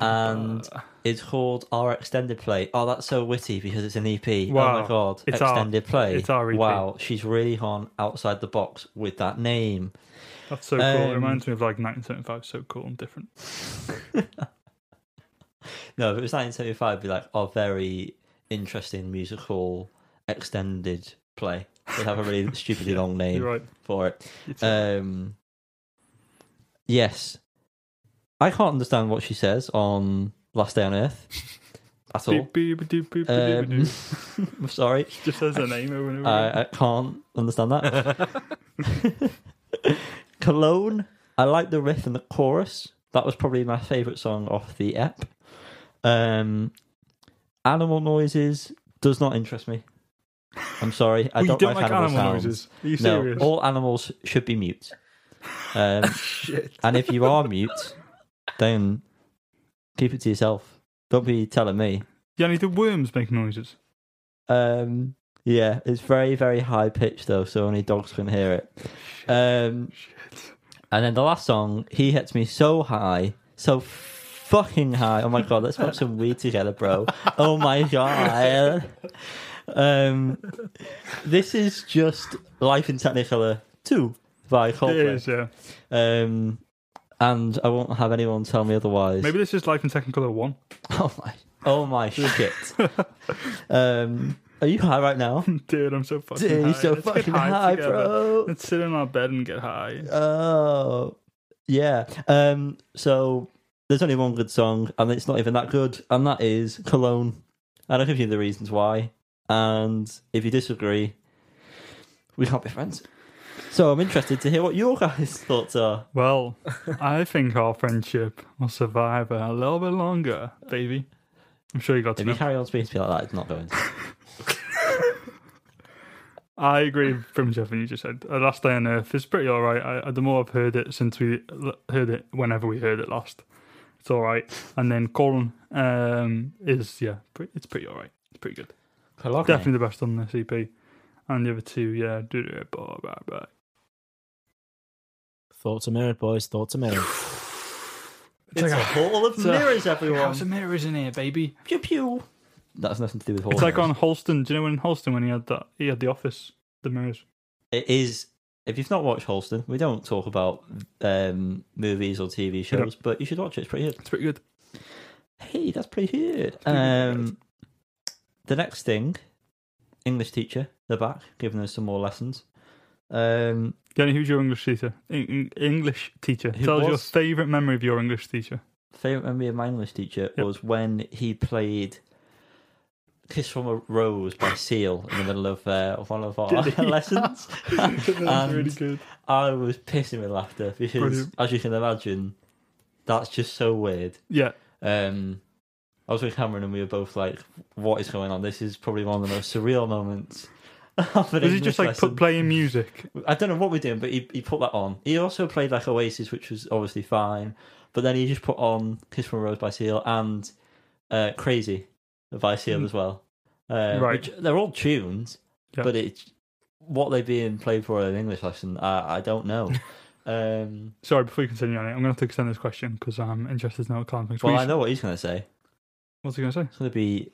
Speaker 2: Um, And- it's called Our Extended Play. Oh, that's so witty because it's an EP. Oh
Speaker 3: Wow.
Speaker 2: my god,
Speaker 3: It's our-
Speaker 2: Extended Play.
Speaker 3: it's E our EP.
Speaker 2: Wow, she's really gone outside the box with that name.
Speaker 3: that's so cool.
Speaker 2: um,
Speaker 3: it reminds me of like 1975, so cool and different.
Speaker 2: No, if it was 1975, it'd be like a very interesting musical extended play. They'd have a really stupidly long name
Speaker 3: You're right.
Speaker 2: for it.
Speaker 3: It's-
Speaker 2: Um, yes. I can't understand what she says on Last Day on Earth at all.
Speaker 3: Beep, beep, doop, beep, doop,
Speaker 2: Um,
Speaker 3: doop.
Speaker 2: I'm sorry.
Speaker 3: Just says her name over and over. again.
Speaker 2: I, I can't understand that. Cologne. I like the riff and the chorus. That was probably my favourite song off the EP. Um, animal noises does not interest me. I'm sorry. I
Speaker 3: Oh, you
Speaker 2: don't, like, animal, sounds.
Speaker 3: noises. Are you
Speaker 2: No, Oh,
Speaker 3: serious?
Speaker 2: all animals should be mute. Um,
Speaker 3: Shit.
Speaker 2: and if you are mute, then keep it to yourself. Don't be telling me.
Speaker 3: Yanni, do worms make noises?
Speaker 2: Um, yeah, it's very, very high pitched though, so only dogs can hear it. Um, and then the last song, he hits me so high, so fucking high. Oh my god, let's smoke some weed together, bro. Oh my god. Um, this is just Life in Technicolor 2 by
Speaker 3: It
Speaker 2: Coldplay.
Speaker 3: is, yeah.
Speaker 2: Um, and I won't have anyone tell me otherwise.
Speaker 3: Maybe this is Life in Technicolor 1.
Speaker 2: Oh my, oh my shit. Um, are you high right now?
Speaker 3: Dude, I'm so fucking
Speaker 2: Dude,
Speaker 3: high.
Speaker 2: you're so
Speaker 3: Let's get
Speaker 2: fucking high,
Speaker 3: together.
Speaker 2: bro. Uh,
Speaker 3: Let's sit in our bed and get high.
Speaker 2: Oh, yeah. Um, so there's only one good song, and it's not even that good, and that is Cologne. And I'll give you the reasons why. And if you disagree, we can't be friends. So I'm interested to hear what your guys' thoughts are.
Speaker 3: Well, I think our friendship will survive a little bit longer, baby. I'm sure you got to
Speaker 2: If you
Speaker 3: know.
Speaker 2: carry on speaking to me like that, it's not going. to.
Speaker 3: I agree with pretty much everything you just said. Uh, Last Day on Earth is pretty all right. I, I- the more I've heard it since we l- heard it, whenever we heard it last, it's all right. And then Colin um, is, yeah, pre- it's pretty all right. It's pretty good. Definitely the best on this EP. And the other two, yeah, do it, blah, blah, blah.
Speaker 1: Thoughts are mirrored, boys. Thoughts are mirrored.
Speaker 2: It's, a hall of
Speaker 3: it's a-
Speaker 2: mirrors,
Speaker 3: Have
Speaker 2: everyone.
Speaker 3: some mirrors in here, baby.
Speaker 2: Pew pew. That has nothing to do with hall.
Speaker 3: It's like
Speaker 2: mirrors.
Speaker 3: on Holston. Do you know when Holston when he had that he had the office, the mirrors.
Speaker 2: It is. If you've not watched Holston, we don't talk about um, movies or TV shows, but you should watch it. It's pretty good.
Speaker 3: It's pretty good.
Speaker 2: Hey, that's pretty good.
Speaker 3: pretty good,
Speaker 2: Um, the next thing, English teacher, they're back giving us some more lessons. Um,
Speaker 3: Danny, who's your English teacher? En- en- English teacher.
Speaker 2: Who
Speaker 3: Tell us your
Speaker 2: was?
Speaker 3: favourite memory of your English teacher.
Speaker 2: favorite memory of my English teacher
Speaker 3: Yep.
Speaker 2: was when he played "Kiss from a Rose" by Seal in the middle of uh, one of our
Speaker 3: Did he?
Speaker 2: lessons.
Speaker 3: That's
Speaker 2: really
Speaker 3: good.
Speaker 2: I was pissing with laughter because,
Speaker 3: Brilliant.
Speaker 2: as you can imagine, that's just so weird.
Speaker 3: Yeah,
Speaker 2: Um, I was with Cameron and we were both like, "What is going on? This is probably one of the most surreal moments." of an
Speaker 3: was he
Speaker 2: English
Speaker 3: just like put
Speaker 2: lesson."
Speaker 3: playing music?
Speaker 2: I don't know what we're doing, but he, he put that on. He also played like Oasis, which was obviously fine, but then he just put on "Kiss from a Rose" by Seal and uh, "Crazy" by Seal
Speaker 3: Mm.
Speaker 2: as well. Uh,
Speaker 3: Right.
Speaker 2: which- they're all tuned,
Speaker 3: Yeah.
Speaker 2: but it's what they're being played for in an English lesson. I, I don't know. um,
Speaker 3: Sorry, before you continue on it, I'm going to have to extend this question because I'm interested to know what Colin thinks.
Speaker 2: well,
Speaker 3: What
Speaker 2: I
Speaker 3: you-
Speaker 2: know what he's going to say.
Speaker 3: What's he going to say?
Speaker 2: It's going to be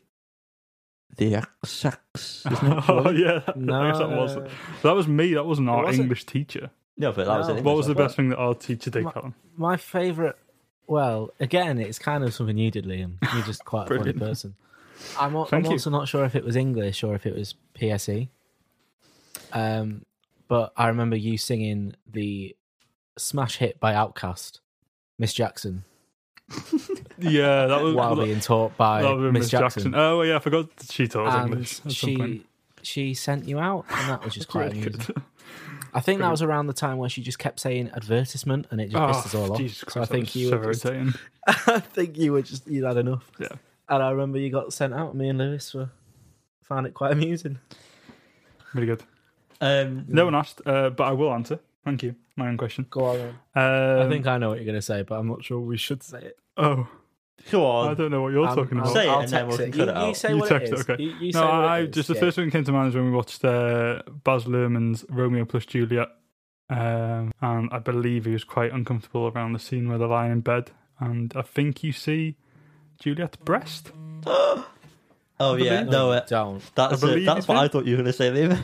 Speaker 2: the sex.
Speaker 3: oh yeah, that, I guess that was
Speaker 1: No.
Speaker 3: that was me. That wasn't our
Speaker 1: wasn't.
Speaker 3: English teacher.
Speaker 2: No, but that was
Speaker 1: No.
Speaker 2: an English
Speaker 3: What was the
Speaker 2: one.
Speaker 3: best thing that our teacher did,
Speaker 1: My-
Speaker 3: Colin?
Speaker 1: My favourite, well, again, it's kind of something you did, Liam. You're just quite a funny
Speaker 3: Brilliant.
Speaker 1: person. I'm, al- I'm
Speaker 3: Thank you.
Speaker 1: also not sure if it was English or if it was PSE. Um, but I remember you singing the smash hit by Outcast, Miss Jackson,
Speaker 3: Yeah, that was
Speaker 1: while
Speaker 3: that-
Speaker 1: being taught by
Speaker 3: that was
Speaker 1: Miss Jackson.
Speaker 3: Oh yeah, I forgot she taught us
Speaker 1: And
Speaker 3: English at some point.
Speaker 1: she she sent you out, and that was just quite
Speaker 3: Really
Speaker 1: amusing.
Speaker 3: good.
Speaker 1: I think that was around the time where she just kept saying advertisement, and it just pissed us all off.
Speaker 3: Ah, Jesus Christ,
Speaker 1: so I
Speaker 3: that
Speaker 1: think
Speaker 3: was
Speaker 1: you
Speaker 3: so
Speaker 1: were just
Speaker 3: irritating.
Speaker 1: I think you were just you'd had enough.
Speaker 3: Yeah.
Speaker 1: And I remember you got sent out. Me and Lewis were found it quite amusing.
Speaker 3: Really good.
Speaker 2: Um,
Speaker 3: No one asked, uh, but I will answer. Thank you. My own question.
Speaker 1: Go on.
Speaker 3: Um,
Speaker 1: I think I know what you're going to say, but I'm not sure we should say it.
Speaker 3: Oh,
Speaker 2: Go
Speaker 3: I
Speaker 2: on.
Speaker 3: don't know what you're talking about.
Speaker 2: Say it
Speaker 1: I'll
Speaker 2: and then
Speaker 1: text
Speaker 2: we
Speaker 1: it.
Speaker 2: can
Speaker 1: You,
Speaker 2: cut it
Speaker 1: you
Speaker 2: out.
Speaker 1: say
Speaker 3: You
Speaker 1: what
Speaker 3: text
Speaker 1: it
Speaker 3: it,
Speaker 1: is.
Speaker 3: okay.
Speaker 1: You, you
Speaker 3: no,
Speaker 1: say what
Speaker 3: I
Speaker 1: it is,
Speaker 3: just the
Speaker 1: yeah.
Speaker 3: first one that came to mind is when we watched uh, Baz Luhrmann's Romeo plus Juliet, um, and I believe he was quite uncomfortable around the scene where they're lying in bed, and I think you see Juliet's breast.
Speaker 2: Oh yeah,
Speaker 1: No,
Speaker 2: no,
Speaker 1: you
Speaker 2: uh,
Speaker 1: don't.
Speaker 2: that's
Speaker 3: I believe
Speaker 2: it. That's
Speaker 3: you
Speaker 2: what
Speaker 3: do.
Speaker 2: I thought you were going to say, Liam.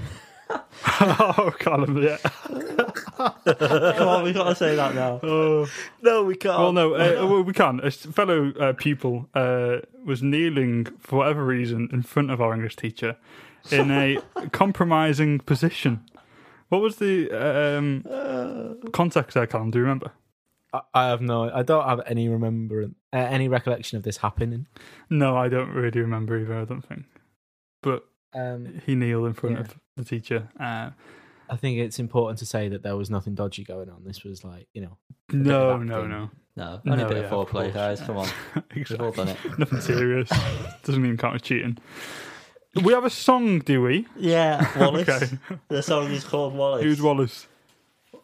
Speaker 3: oh, Callum, yeah.
Speaker 2: Come on, we gotta say that now.
Speaker 3: Oh.
Speaker 1: No, we can't.
Speaker 3: Well, no, uh, well, we can. A s- fellow uh, pupil uh, was kneeling for whatever reason in front of our English teacher in a compromising position. What was the um, context there, Callum? Do you remember?
Speaker 1: I, I have no. I don't have any remembrance, uh, any recollection of this happening.
Speaker 3: No, I don't really remember either. I don't think. But
Speaker 1: Um,
Speaker 3: he kneeled in front
Speaker 1: Yeah.
Speaker 3: of the teacher. Uh,
Speaker 1: I think it's important to say that there was nothing dodgy going on. This was like, you know,
Speaker 3: no,
Speaker 1: bit of
Speaker 3: no,
Speaker 1: acting.
Speaker 3: no,
Speaker 2: No, only
Speaker 3: No,
Speaker 2: a bit
Speaker 3: yeah,
Speaker 2: of
Speaker 3: of
Speaker 2: foreplay,
Speaker 3: course,
Speaker 2: guys.
Speaker 3: yeah.
Speaker 2: Come on, we've all
Speaker 3: exactly.
Speaker 2: done it.
Speaker 3: Nothing serious. Doesn't mean count as cheating. We have a song, do we?
Speaker 2: Yeah, Wallace.
Speaker 3: Okay.
Speaker 2: The song is called Wallace.
Speaker 3: Who's Wallace?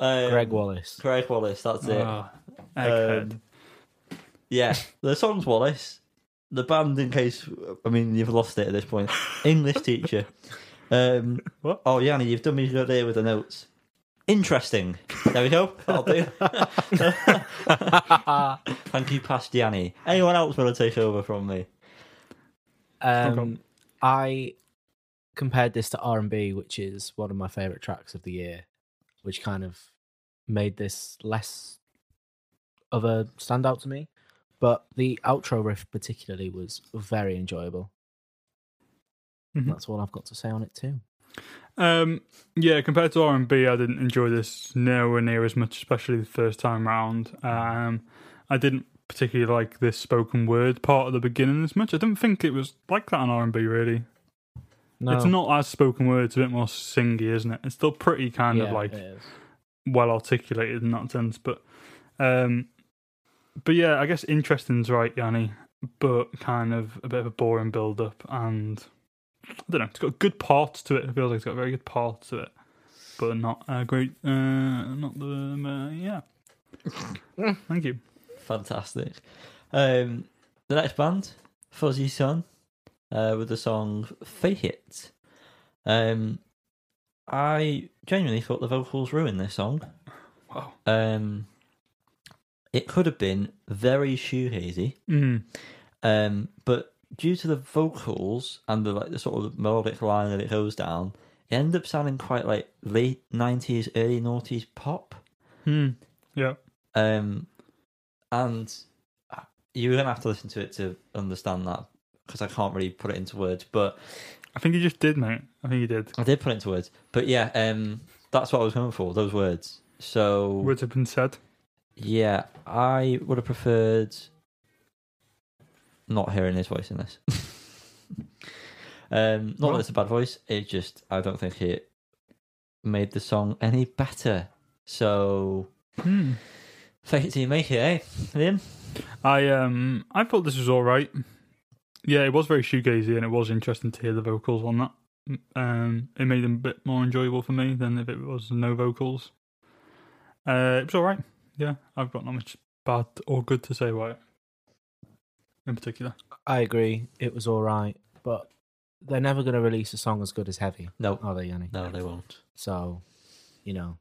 Speaker 2: Um,
Speaker 1: Greg Wallace.
Speaker 2: Greg Wallace. That's it.
Speaker 3: Oh, egghead.
Speaker 2: Um, yeah, the song's Wallace. The band, in case I mean you've lost it at this point. English teacher. Um,
Speaker 3: What?
Speaker 2: Oh, Yanni, you've done me good there with the notes. Interesting. There we go. I'll do. Thank you, past Yanni. Anyone else want to take over from me?
Speaker 1: Um, I compared this to R and B, which is one of my favorite tracks of the year, which kind of made this less of a standout to me. But the outro riff, particularly, was very enjoyable.
Speaker 3: Mhm.
Speaker 1: That's all I've got to say on it too.
Speaker 3: Um, yeah, compared to R and B, I didn't enjoy this nowhere near as much, especially the first time round. Um, I didn't particularly like this spoken word part of the beginning as much. I didn't think it was like that on R and B really.
Speaker 1: No,
Speaker 3: It's not as spoken word; it's a bit more singy, isn't it? It's still pretty kind of
Speaker 1: Yeah,
Speaker 3: like
Speaker 1: it is.
Speaker 3: well articulated in that sense. But, um, but yeah, I guess interesting's right, Yanni. But kind of a bit of a boring build up, and I don't know. It's got good parts to it. It feels like it's got very good parts to it, but not a great, uh, not the uh, yeah. Thank you.
Speaker 2: Fantastic. Um, the next band, Fuzzy Sun, uh, with the song Fake It. Um, I genuinely thought the vocals ruined this song.
Speaker 3: Wow.
Speaker 2: Um, it could have been very shoehazy,
Speaker 3: Mm.
Speaker 2: um, but due to the vocals and the like, the sort of melodic line that it goes down, it ended up sounding quite like late nineties, early noughties pop.
Speaker 3: Mm. Yeah.
Speaker 2: Um, and you're gonna have to listen to it to understand that because I can't really put it into words. But
Speaker 3: I think you just did, mate. I think you did.
Speaker 2: I did put it into words. But yeah, um, that's what I was going for. Those words. So
Speaker 3: Words have been said.
Speaker 2: yeah, I would have preferred not hearing his voice in this. um, not that it's a bad voice. It just I don't think it made the song any better. So
Speaker 3: Mm.
Speaker 2: fake it till you make it, eh, Liam?
Speaker 3: I um I thought this was all right. Yeah, it was very shoegazy, and it was interesting to hear the vocals on that. Um, it made them a bit more enjoyable for me than if it was no vocals. Uh, it was all right. Yeah, I've got not much bad or good to say about it. In particular,
Speaker 1: I agree. It was all right, but they're never going to release a song as good as Heavy,
Speaker 2: No,
Speaker 1: are they, Yanni?
Speaker 2: no, they won't.
Speaker 1: So, you know,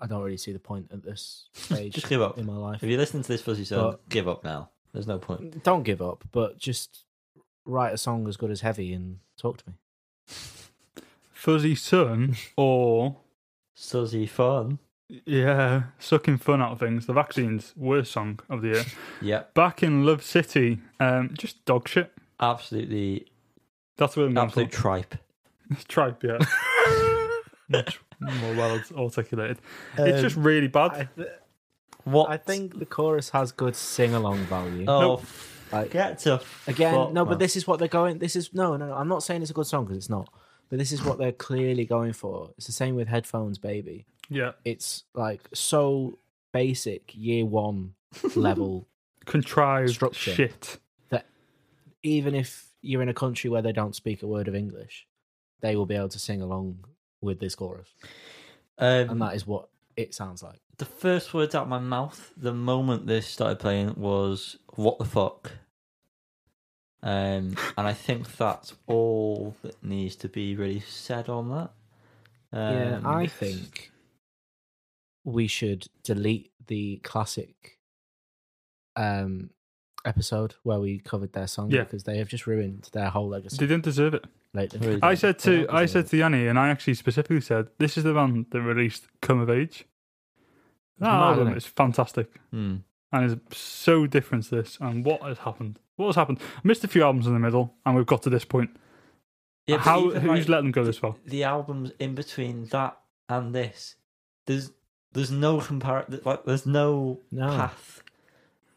Speaker 1: I don't really see the point at this stage
Speaker 2: Just give up.
Speaker 1: in my life.
Speaker 2: If you listen to this fuzzy song,
Speaker 1: But-
Speaker 2: give up now. There's no point.
Speaker 1: Don't give up, but just write a song as good as Heavy and talk to me.
Speaker 3: fuzzy sun or
Speaker 2: Fuzzy fun.
Speaker 3: yeah, sucking fun out of things. The vaccines worst song of the year.
Speaker 2: Yep.
Speaker 3: Back in Love City, um, just dog shit.
Speaker 2: Absolutely,
Speaker 3: That's what I'm going for.
Speaker 2: absolute tripe.
Speaker 3: Tripe, yeah. Much more well articulated.
Speaker 2: Um,
Speaker 3: it's just really bad.
Speaker 1: Um, I, th-
Speaker 2: What?
Speaker 1: I think the chorus has good sing along value.
Speaker 2: Oh,
Speaker 3: Nope.
Speaker 2: f-
Speaker 1: Like-
Speaker 2: get to
Speaker 1: Again,
Speaker 2: fuck,
Speaker 1: no, but
Speaker 2: man.
Speaker 1: this is what they're going. This is no, no, no. I'm not saying it's a good song because it's not, but this is what they're clearly going for. It's the same with headphones, baby.
Speaker 3: yeah.
Speaker 1: It's like so basic year one level
Speaker 3: Contrived
Speaker 1: Structure.
Speaker 3: shit.
Speaker 1: even if you're in a country where they don't speak a word of English, they will be able to sing along with this chorus. And
Speaker 2: Um,
Speaker 1: that is what it sounds like.
Speaker 2: the first words out of my mouth the moment this started playing was "What the fuck." Um, and I think that's all that needs to be really said on that.
Speaker 1: yeah,
Speaker 2: Um,
Speaker 1: I think we should delete the classic um episode where we covered their song
Speaker 3: Yeah.
Speaker 1: because they have just ruined their whole legacy
Speaker 3: They didn't deserve it.
Speaker 1: lately.
Speaker 2: Really
Speaker 3: I
Speaker 2: don't-
Speaker 3: said
Speaker 1: They
Speaker 3: to
Speaker 1: don't
Speaker 3: I
Speaker 1: deserve
Speaker 3: said to Yanni, and I actually specifically said, "This is the band that released Come of Age." That
Speaker 1: mad,
Speaker 3: album
Speaker 1: isn't it?
Speaker 3: is fantastic
Speaker 2: Hmm.
Speaker 3: and is so different to this. And what has happened? What has happened? I missed a few albums in the middle, and we've got to this point.
Speaker 2: Yeah, but
Speaker 3: How
Speaker 2: even,
Speaker 3: who's
Speaker 2: like,
Speaker 3: let them go this far?
Speaker 2: the albums in between that and this, there's there's no compare like there's no,
Speaker 1: No.
Speaker 2: path.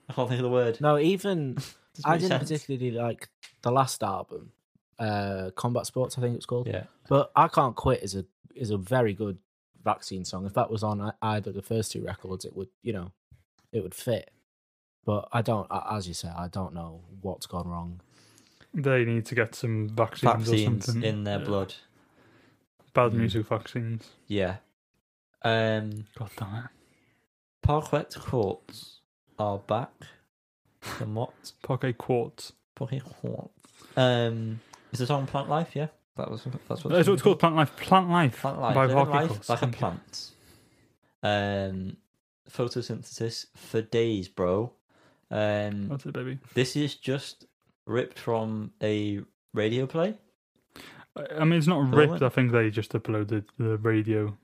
Speaker 2: I can't think of the word.
Speaker 1: No, even
Speaker 2: Doesn't
Speaker 1: I
Speaker 2: make
Speaker 1: didn't
Speaker 2: sense.
Speaker 1: particularly like the last album, uh, Combat Sports, I think it was called.
Speaker 2: Yeah,
Speaker 1: But I Can't Quit is a is a very good vaccine song. If that was on ei- either of the first two records, it would you know, it would fit. But I don't, a- as you say, I don't know what's gone wrong.
Speaker 3: They need to get some vaccines,
Speaker 2: vaccines
Speaker 3: or something.
Speaker 2: in their
Speaker 3: Yeah.
Speaker 2: blood.
Speaker 3: Bad
Speaker 1: Mm.
Speaker 3: music vaccines.
Speaker 2: Yeah. Um,
Speaker 3: God damn it.
Speaker 2: Parquet courts are back. Somewhat.
Speaker 3: Pocket quartz.
Speaker 2: Parquet courts. Um, is the song Plant Life? Yeah, that was that's what.
Speaker 3: That's what it's called. Plant life. Plant life.
Speaker 2: Plant life,
Speaker 3: By
Speaker 2: living
Speaker 3: Parquet
Speaker 2: life
Speaker 3: Quartz.
Speaker 2: like a
Speaker 3: Thank you.
Speaker 2: plant. Um, photosynthesis for days, bro. Um,
Speaker 3: That's it, baby.
Speaker 2: this is just ripped from a radio play.
Speaker 3: I- I mean, it's not
Speaker 2: The
Speaker 3: ripped.
Speaker 2: moment-
Speaker 3: I think they just uploaded the radio,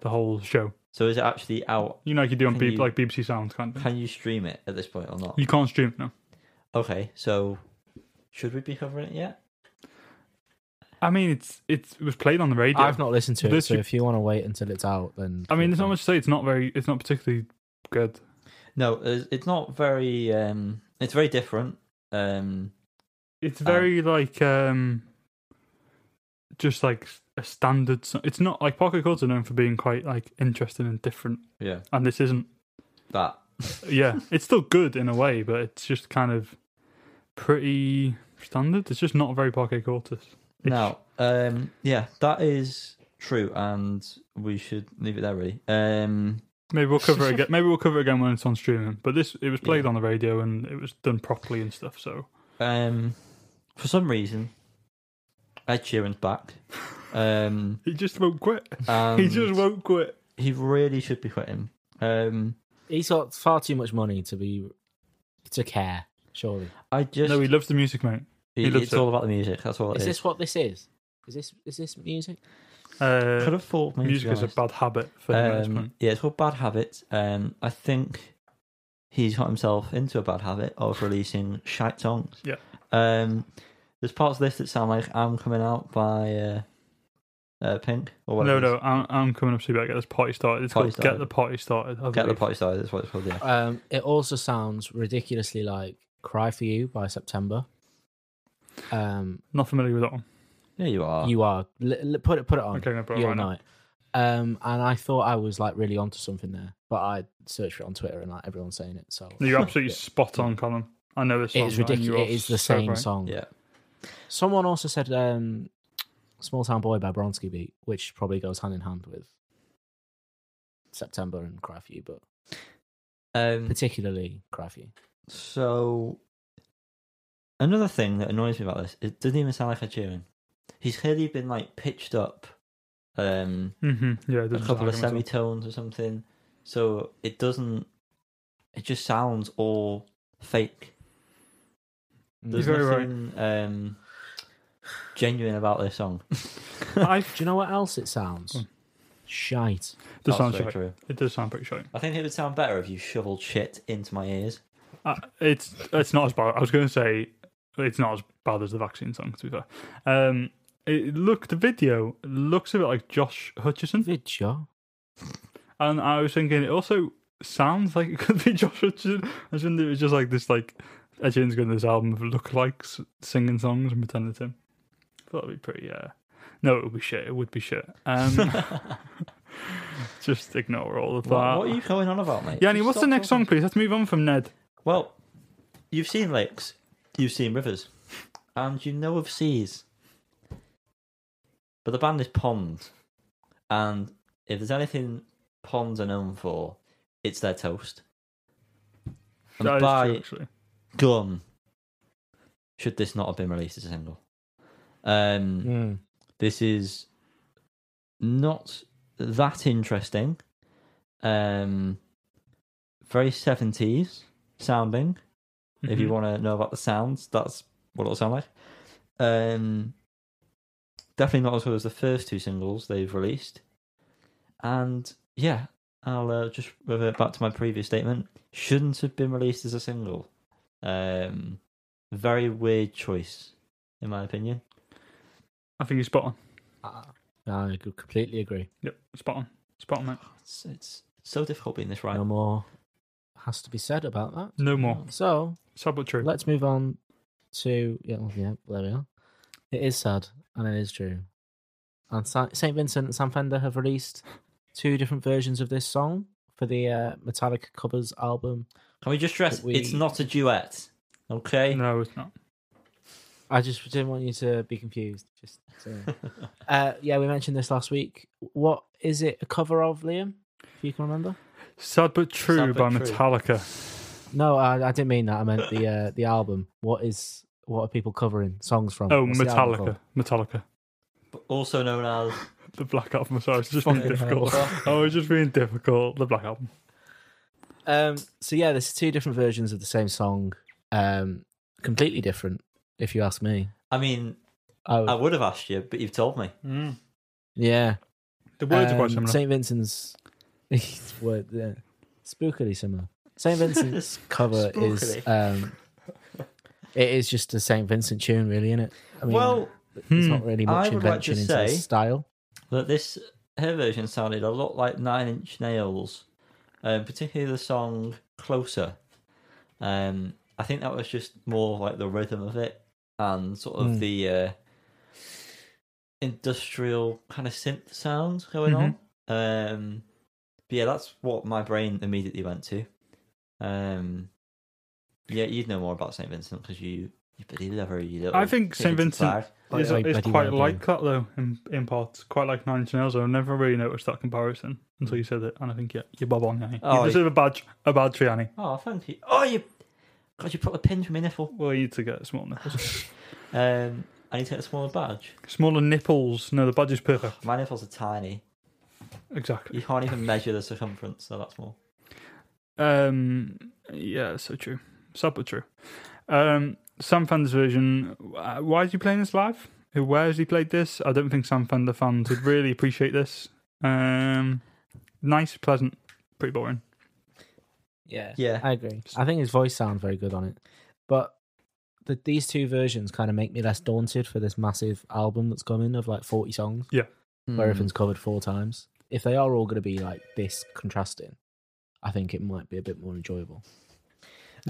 Speaker 3: the whole show.
Speaker 2: So is it actually out?
Speaker 3: You know, like you do on
Speaker 2: Can
Speaker 3: B-
Speaker 2: you-
Speaker 3: like BBC Sounds, can't you?
Speaker 2: Can you stream it at this point or not?
Speaker 3: You can't stream it now.
Speaker 2: Okay, so should we be covering it yet?
Speaker 3: I mean, it's it's it was played on the radio.
Speaker 1: I've not listened to it,
Speaker 3: This
Speaker 1: so
Speaker 3: you-
Speaker 1: if you want to wait until it's out, then
Speaker 3: I mean, there's not much to say. It's not very. It's not particularly good.
Speaker 2: No, it's it's not very. Um, it's very different. Um,
Speaker 3: It's very like um, just like a standard. so- It's not like pocket chords are known for being quite like interesting and different,
Speaker 2: yeah,
Speaker 3: and this isn't.
Speaker 2: that.
Speaker 3: Yeah, it's still good in a way, but it's just kind of pretty standard. It's just not very pocket chords.
Speaker 2: Now, um, yeah, that is true, and we should leave it there. Really. Um,
Speaker 3: Maybe we'll cover it again. Maybe we'll cover it again when it's on streaming. But this, it was played
Speaker 2: Yeah.
Speaker 3: on the radio and it was done properly and stuff. So
Speaker 2: Um, for some reason, Ed Sheeran's back. Um,
Speaker 3: he just won't quit.
Speaker 2: and
Speaker 3: he just won't quit.
Speaker 2: he really should be quitting. Um,
Speaker 1: He's got far too much money to be to care. Surely,
Speaker 2: I just
Speaker 3: No, he loves the music, mate. he
Speaker 2: it-
Speaker 3: loves
Speaker 2: it's
Speaker 3: it.
Speaker 2: all about the music. That's all it
Speaker 1: is
Speaker 2: is.
Speaker 1: this what this is? Is this is this music?
Speaker 2: Could
Speaker 3: Uh,
Speaker 2: have thought me, to
Speaker 3: music
Speaker 2: be
Speaker 3: is a
Speaker 2: honest.
Speaker 3: bad habit for him. at this
Speaker 2: Um,
Speaker 3: point.
Speaker 2: yeah, it's called Bad Habit. Um, I think he's got himself into a bad habit of releasing shite songs.
Speaker 3: Yeah.
Speaker 2: Um, there's parts of this that sound like "I'm Coming Out" by uh, uh, Pink or
Speaker 3: no,
Speaker 2: whatever. it is.
Speaker 3: no, I'm, I'm coming up to about get this party started. It's
Speaker 2: Party
Speaker 3: called
Speaker 2: started.
Speaker 3: Get the Party Started. I
Speaker 2: Get the
Speaker 3: believe.
Speaker 2: party started. That's what it's called. Yeah.
Speaker 1: Um, it also sounds ridiculously like "Cry for You" by September. Um,
Speaker 3: Not familiar with that one.
Speaker 2: There you are.
Speaker 1: you are L- l- put it put
Speaker 2: Oh,
Speaker 1: it on.
Speaker 3: Okay, no problem.
Speaker 1: You'll
Speaker 3: Right now.
Speaker 1: know it. Um, and I thought I was like really onto something there, but I searched it on Twitter and like everyone's saying it. So
Speaker 3: You're absolutely
Speaker 1: Yeah.
Speaker 3: spot on, Colin. I know this.
Speaker 1: it is
Speaker 3: song, and you
Speaker 1: ridiculous.
Speaker 3: are
Speaker 1: It is the
Speaker 3: so
Speaker 1: same
Speaker 3: right.
Speaker 1: song.
Speaker 2: Yeah.
Speaker 1: Someone also said um, "Small Town Boy" by Bronski Beat, which probably goes hand in hand with September and "Cry for You," but
Speaker 2: Um,
Speaker 1: particularly "Cry for You."
Speaker 2: So another thing that annoys me about this, it doesn't even sound like a cheering. He's clearly been like pitched up um
Speaker 3: Mhm, Yeah, it
Speaker 2: a
Speaker 3: doesn't
Speaker 2: couple of
Speaker 3: sound like him at all.
Speaker 2: semitones or something. So it doesn't it just sounds all fake.
Speaker 1: Mm.
Speaker 2: There's
Speaker 3: You're very right.
Speaker 2: nothing um genuine about this song.
Speaker 3: I-
Speaker 1: Do you know what else it sounds?
Speaker 3: Mm.
Speaker 1: Shite.
Speaker 3: It does sound
Speaker 2: very
Speaker 3: shite.
Speaker 2: true.
Speaker 3: It does sound pretty shite.
Speaker 2: I think it would sound better if you shoveled shit into my ears.
Speaker 3: Uh, it's it's not as bad. I was going to say it's not as bad as the vaccine song. To be fair, um, it look the video looks a bit like Josh Hutcherson,
Speaker 1: Vidja.
Speaker 3: and I was thinking it also sounds like it could be Josh Hutcherson. I was thinking it was just like this like Ed Sheeran's got this album of lookalikes singing songs and pretending it's him. That'd be pretty. Uh, no, it would be shit. It would be shit. Um, just ignore all of that.
Speaker 2: What, what are you going on about, mate?
Speaker 3: Yeah, Annie,
Speaker 2: Just
Speaker 3: what's the
Speaker 2: stop
Speaker 3: next
Speaker 2: talking.
Speaker 3: song, please? Let's move on from Ned.
Speaker 2: Well, you've seen lakes, you've seen rivers, and you know of seas. But the band is Pond. And if there's anything Ponds are known for, it's their toast. And
Speaker 3: That is true,
Speaker 2: by
Speaker 3: actually.
Speaker 2: gum, should this not have been released as a single? Um,
Speaker 3: Hmm.
Speaker 1: Mm.
Speaker 2: this is not that interesting. Um, very 70s sounding. If
Speaker 1: Mm-hmm.
Speaker 2: you
Speaker 3: Mhm.
Speaker 2: want to know about the sounds, that's what it'll sound like. Um, definitely not as good as the first two singles they've released. And yeah, I'll uh, just revert back to my previous statement. Shouldn't have been released as a single. Um, very weird choice, in my opinion.
Speaker 3: I think you're spot on.
Speaker 1: Ah, I could completely agree.
Speaker 3: Yep, spot on. Spot on, mate.
Speaker 2: It's, it's so difficult being this right.
Speaker 1: No more has to be said about that.
Speaker 3: No more.
Speaker 1: So
Speaker 3: Sad but true.
Speaker 1: let's move on to yeah, well, yeah, there we are. It is sad and it is true. And St. Vincent and Sam Fender have released two different versions of this song for the uh, Metallica covers album.
Speaker 2: Can we just stress
Speaker 1: But we-
Speaker 2: it's not a duet? Okay.
Speaker 3: No, it's not.
Speaker 1: I just didn't want you to be confused. Just so- uh, yeah, we mentioned this last week. What is it a cover of, Liam? If you can remember.
Speaker 3: Sad but true
Speaker 2: Sad
Speaker 3: by
Speaker 2: But True.
Speaker 3: Metallica.
Speaker 1: No, I, I didn't mean that. I meant the uh, the album. What is what are people covering songs from?
Speaker 3: Oh,
Speaker 1: What's the album
Speaker 3: Metallica.
Speaker 1: called?
Speaker 3: Metallica.
Speaker 2: But also known as
Speaker 3: The Black Album. Sorry, I was just being
Speaker 2: Fucking
Speaker 3: difficult.
Speaker 2: hell.
Speaker 3: I was just being difficult. The Black Album.
Speaker 1: Um, so yeah, there's two different versions of the same song. Um, completely different, if you ask me.
Speaker 2: I mean,
Speaker 1: Oh,
Speaker 2: I would have asked you, but you've told me.
Speaker 3: Mm.
Speaker 1: yeah.
Speaker 3: The words are quite
Speaker 1: Um,
Speaker 3: similar.
Speaker 1: St. Vincent's word, yeah. spookily similar. St. Vincent's cover is um, it is just a St. Vincent tune, really, isn't it? I mean,
Speaker 2: well,
Speaker 1: there's
Speaker 3: Hmm.
Speaker 1: not really
Speaker 2: I
Speaker 1: much
Speaker 2: would like to
Speaker 1: invention into
Speaker 2: say-
Speaker 1: the style.
Speaker 2: that this her version sounded a lot like Nine Inch Nails, um, particularly the song "Closer." Um, I think that was just more like the rhythm of it and sort of
Speaker 1: Hmm.
Speaker 2: the uh, industrial kind of synth sound going
Speaker 3: Mhm.
Speaker 2: on. Um, but yeah, that's what my brain immediately went to. Um, yeah, you'd know more about Saint Vincent because you you bloody lover, you little.
Speaker 3: I think St.
Speaker 2: pig
Speaker 3: Vincent
Speaker 2: bag.
Speaker 3: It's,
Speaker 1: I- I
Speaker 3: it's
Speaker 1: bloody
Speaker 3: quite
Speaker 1: well do.
Speaker 3: like that though in, in parts, quite like Nine Inch Nails. I've never really noticed that comparison until you said it, and I think yeah, you're bob on. Annie.
Speaker 2: Oh,
Speaker 3: you deserve a badge, a badge for Annie.
Speaker 2: Oh, thank you. Oh, you. God, you put a pin from my niffle.
Speaker 3: Well, you need to get smaller nipples.
Speaker 2: Um, I need to get a smaller badge.
Speaker 3: smaller nipples. No, the badge is perfect.
Speaker 2: My nipples are tiny.
Speaker 3: Exactly.
Speaker 2: You can't even measure the circumference, so that's more.
Speaker 3: Um, yeah, so true. Sad but true. Um, Sam Fender's version. uh, Why is he playing this live? Where has he played this? I don't think Sam Fender fans would really appreciate this. Um, nice, pleasant, pretty boring.
Speaker 1: Yeah,
Speaker 2: Yeah.
Speaker 1: I agree. I think his voice sounds very good on it, but the, these two versions kind of make me less daunted for this massive album that's coming of like 40 songs, where Hmm.
Speaker 2: Hmm.
Speaker 1: everything's covered four times. If they are all going to be like this contrasting, I think it might be a bit more enjoyable.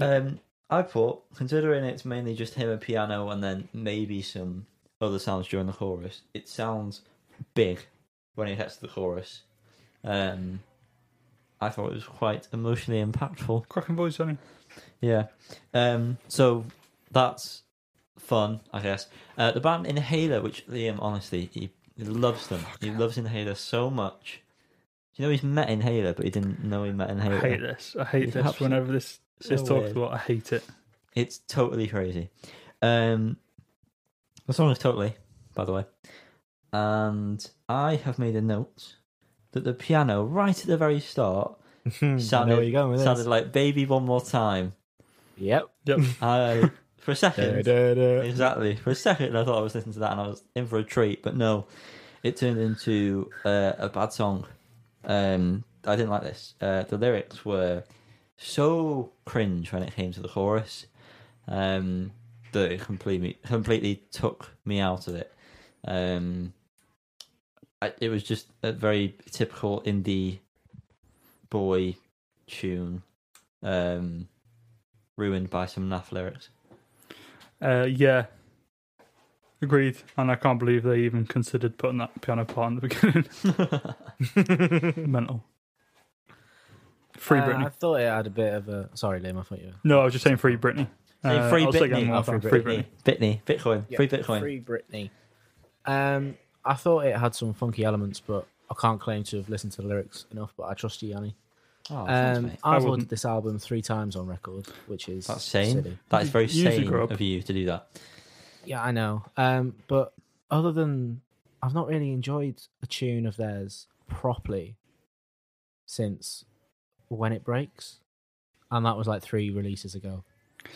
Speaker 2: Um, I put, considering it's mainly just him and piano and then maybe some other sounds during the chorus, it sounds big when it hits the chorus. Um, I thought it was quite emotionally impactful.
Speaker 3: Cracking voice, Annie.
Speaker 2: Yeah. Um, so that's fun, I guess. Uh, the band Inhaler, which Liam, honestly, he, he loves them. he loves Inhaler so much. Do you know he's met Inhaler, but he didn't know he met
Speaker 3: I
Speaker 2: Inhaler.
Speaker 3: hate this. I hate
Speaker 2: It's
Speaker 3: this.
Speaker 2: absolute-
Speaker 3: Whenever this
Speaker 2: So
Speaker 3: is talked
Speaker 2: weird.
Speaker 3: about, I hate it.
Speaker 2: It's totally crazy. Um, the song is totally, by the way. And I have made a note that the piano right at the very start
Speaker 1: I know where you're going with
Speaker 2: Hmm. sounded
Speaker 1: this.
Speaker 2: like "Baby One More Time."
Speaker 1: Yep.
Speaker 2: I, for a second,
Speaker 1: Da-da-da.
Speaker 2: Exactly. For a second, I thought I was listening to that and I was in for a treat, but no, it turned into uh, a bad song. Um, I didn't like this. Uh, the lyrics were so cringe when it came to the chorus um, that it completely completely took me out of it. Um, I, it was just a very typical indie boy tune, um, ruined by some naff lyrics.
Speaker 3: Uh, yeah. Agreed. And I can't believe they even considered putting that piano part in the beginning. Mental. Free
Speaker 1: Uh,
Speaker 3: Britney.
Speaker 1: I thought it had a bit of a. Sorry, Liam. I thought you.
Speaker 3: No, I was just saying free Britney.
Speaker 2: Say
Speaker 3: Uh,
Speaker 2: free
Speaker 3: I'll say it
Speaker 2: Britney.
Speaker 3: one more
Speaker 1: Oh, free
Speaker 3: time.
Speaker 1: Britney.
Speaker 3: Free
Speaker 2: Bitney,
Speaker 3: Britney.
Speaker 2: Bitney, Bitcoin,
Speaker 1: Yeah,
Speaker 2: free Bitcoin.
Speaker 1: Free Britney. Um, I thought it had some funky elements, but I can't claim to have listened to the lyrics enough. But I trust you, Yanni.
Speaker 2: Oh, thanks,
Speaker 1: Um,
Speaker 2: mate.
Speaker 1: I've
Speaker 3: I
Speaker 1: ordered
Speaker 3: wouldn't.
Speaker 1: this album three times on record, which is
Speaker 2: That's sane.
Speaker 1: silly.
Speaker 2: That is very
Speaker 3: You usually
Speaker 2: sane
Speaker 3: grow up.
Speaker 2: of you to do that.
Speaker 1: Yeah, I know. Um, but other than I've not really enjoyed a tune of theirs properly since when it breaks, and that was like three releases ago.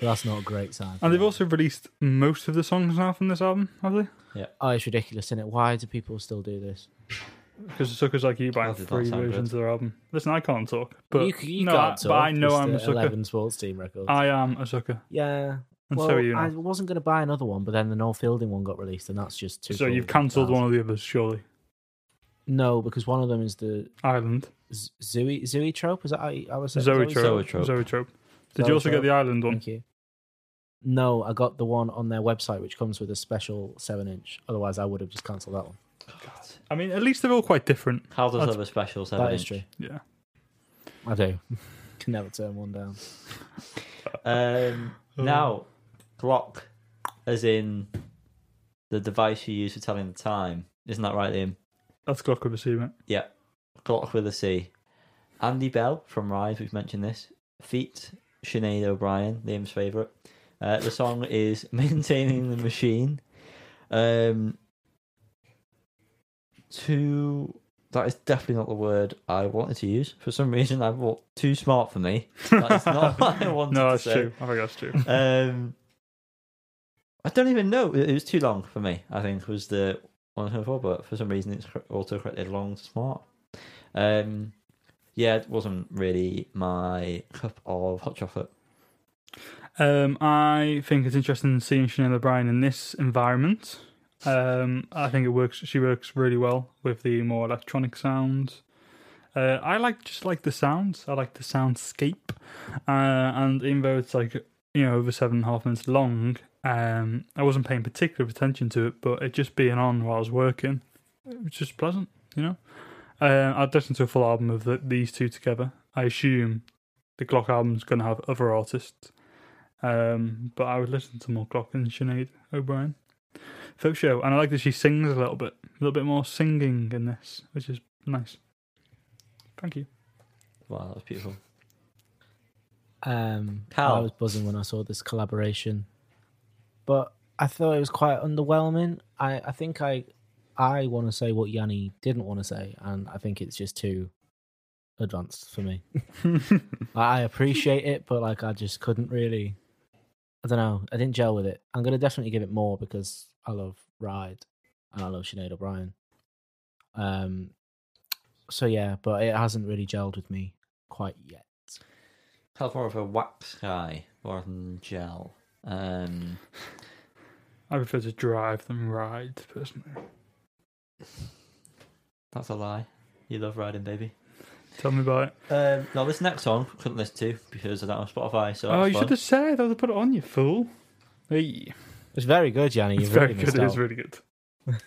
Speaker 1: So that's not a great sign.
Speaker 3: And they've also released most of the songs now from this album, have they?
Speaker 1: oh, it's ridiculous, isn't it? Why do people still do this?
Speaker 3: because suckers like you buying
Speaker 2: That did not
Speaker 3: three
Speaker 2: sound good.
Speaker 3: versions of their album. Listen, I can't talk, but
Speaker 1: you c- you
Speaker 3: no,
Speaker 1: can't
Speaker 3: I,
Speaker 1: talk.
Speaker 3: but I know
Speaker 1: It's
Speaker 3: I'm
Speaker 1: the
Speaker 3: a sucker.
Speaker 1: Eleven sports team records.
Speaker 3: I am a sucker,
Speaker 1: yeah.
Speaker 3: and
Speaker 1: Well,
Speaker 3: so are you.
Speaker 1: I
Speaker 3: Now.
Speaker 1: wasn't going to buy another one, but then the North Fielding one got released, and that's just too.
Speaker 3: So
Speaker 1: full
Speaker 3: you've
Speaker 1: of
Speaker 3: cancelled
Speaker 1: cars.
Speaker 3: one of the others, surely?
Speaker 1: No, because one of them is the
Speaker 3: Island,
Speaker 1: Z- Zooey Zoetrope. Is that how you- I was
Speaker 3: Zoetrope,
Speaker 2: Zoetrope.
Speaker 3: Zoetrope. Did you also get the Island one?
Speaker 1: Thank you. No, I got the one on their website, which comes with a special seven-inch. Otherwise, I would have just cancelled that one.
Speaker 2: God.
Speaker 3: I mean, at least they're all quite different.
Speaker 2: How does
Speaker 3: That's-
Speaker 2: have a special seven
Speaker 1: That is
Speaker 2: inch?
Speaker 1: true.
Speaker 3: Yeah.
Speaker 1: I do. Can never turn one down.
Speaker 2: Um,
Speaker 1: Oh.
Speaker 2: now, clock, as in the device you use for telling the time. Isn't that right, Liam?
Speaker 3: That's Glock of a C, mate.
Speaker 2: Yeah. Clock with a C. Andy Bell from Rise, we've mentioned this. Feet, Sinead O'Brien, Liam's favourite. Uh, the song is Maintaining the Machine. Um, two. That is definitely not the word I wanted to use. For some reason, I thought too smart for me. That's not what I wanted
Speaker 3: no,
Speaker 2: to
Speaker 3: that's
Speaker 2: say.
Speaker 3: true. I think that's true.
Speaker 2: Um, I don't even know. It it was too long for me. I think was the one hundred four, but for some reason it's auto corrected long to smart. Um, yeah, it wasn't really my cup of hot chocolate.
Speaker 3: Um, I think it's interesting seeing Sinead O'Brien in this environment. Um, I think it works. She works really well with the more electronic sounds. Uh, I like just like the sounds. I like the soundscape. Uh, and even though it's like you know over seven and a half minutes long, um, I wasn't paying particular attention to it, but it just being on while I was working, it was just pleasant. You know, uh, I'd listen to a full album of the, these two together. I assume the Glock album's going to have other artists. Um, but I would listen to more Glock and Sinead O'Brien. Folk show, and I like that she sings a little bit, a little bit more singing in this, which is nice. Thank you.
Speaker 2: Wow, that was beautiful.
Speaker 1: Um,
Speaker 2: Pal.
Speaker 1: I was buzzing when I saw this collaboration, but I thought it was quite underwhelming. I, I think I I want to say what Yanni didn't want to say, and I think it's just too advanced for me. I appreciate it, but like I just couldn't really. I don't know. I didn't gel with it. I'm gonna definitely give it more because I love Ride and I love Sinead O'Brien. Um, so yeah, but it hasn't really gelled with me quite yet.
Speaker 2: Felt more of a wax guy rather than gel. Um,
Speaker 3: I prefer to drive than ride personally.
Speaker 2: that's a lie. You love riding, baby.
Speaker 3: Tell me about it.
Speaker 2: Um, now this next song couldn't listen to because I don't have Spotify. So
Speaker 3: oh,
Speaker 2: that's
Speaker 3: you
Speaker 2: fun.
Speaker 3: should have said. I would have put it on, you fool. Hey.
Speaker 1: It's very good, Yanni. You've
Speaker 3: It's very
Speaker 1: really
Speaker 3: good.
Speaker 1: missed
Speaker 3: It
Speaker 1: out.
Speaker 3: is really good.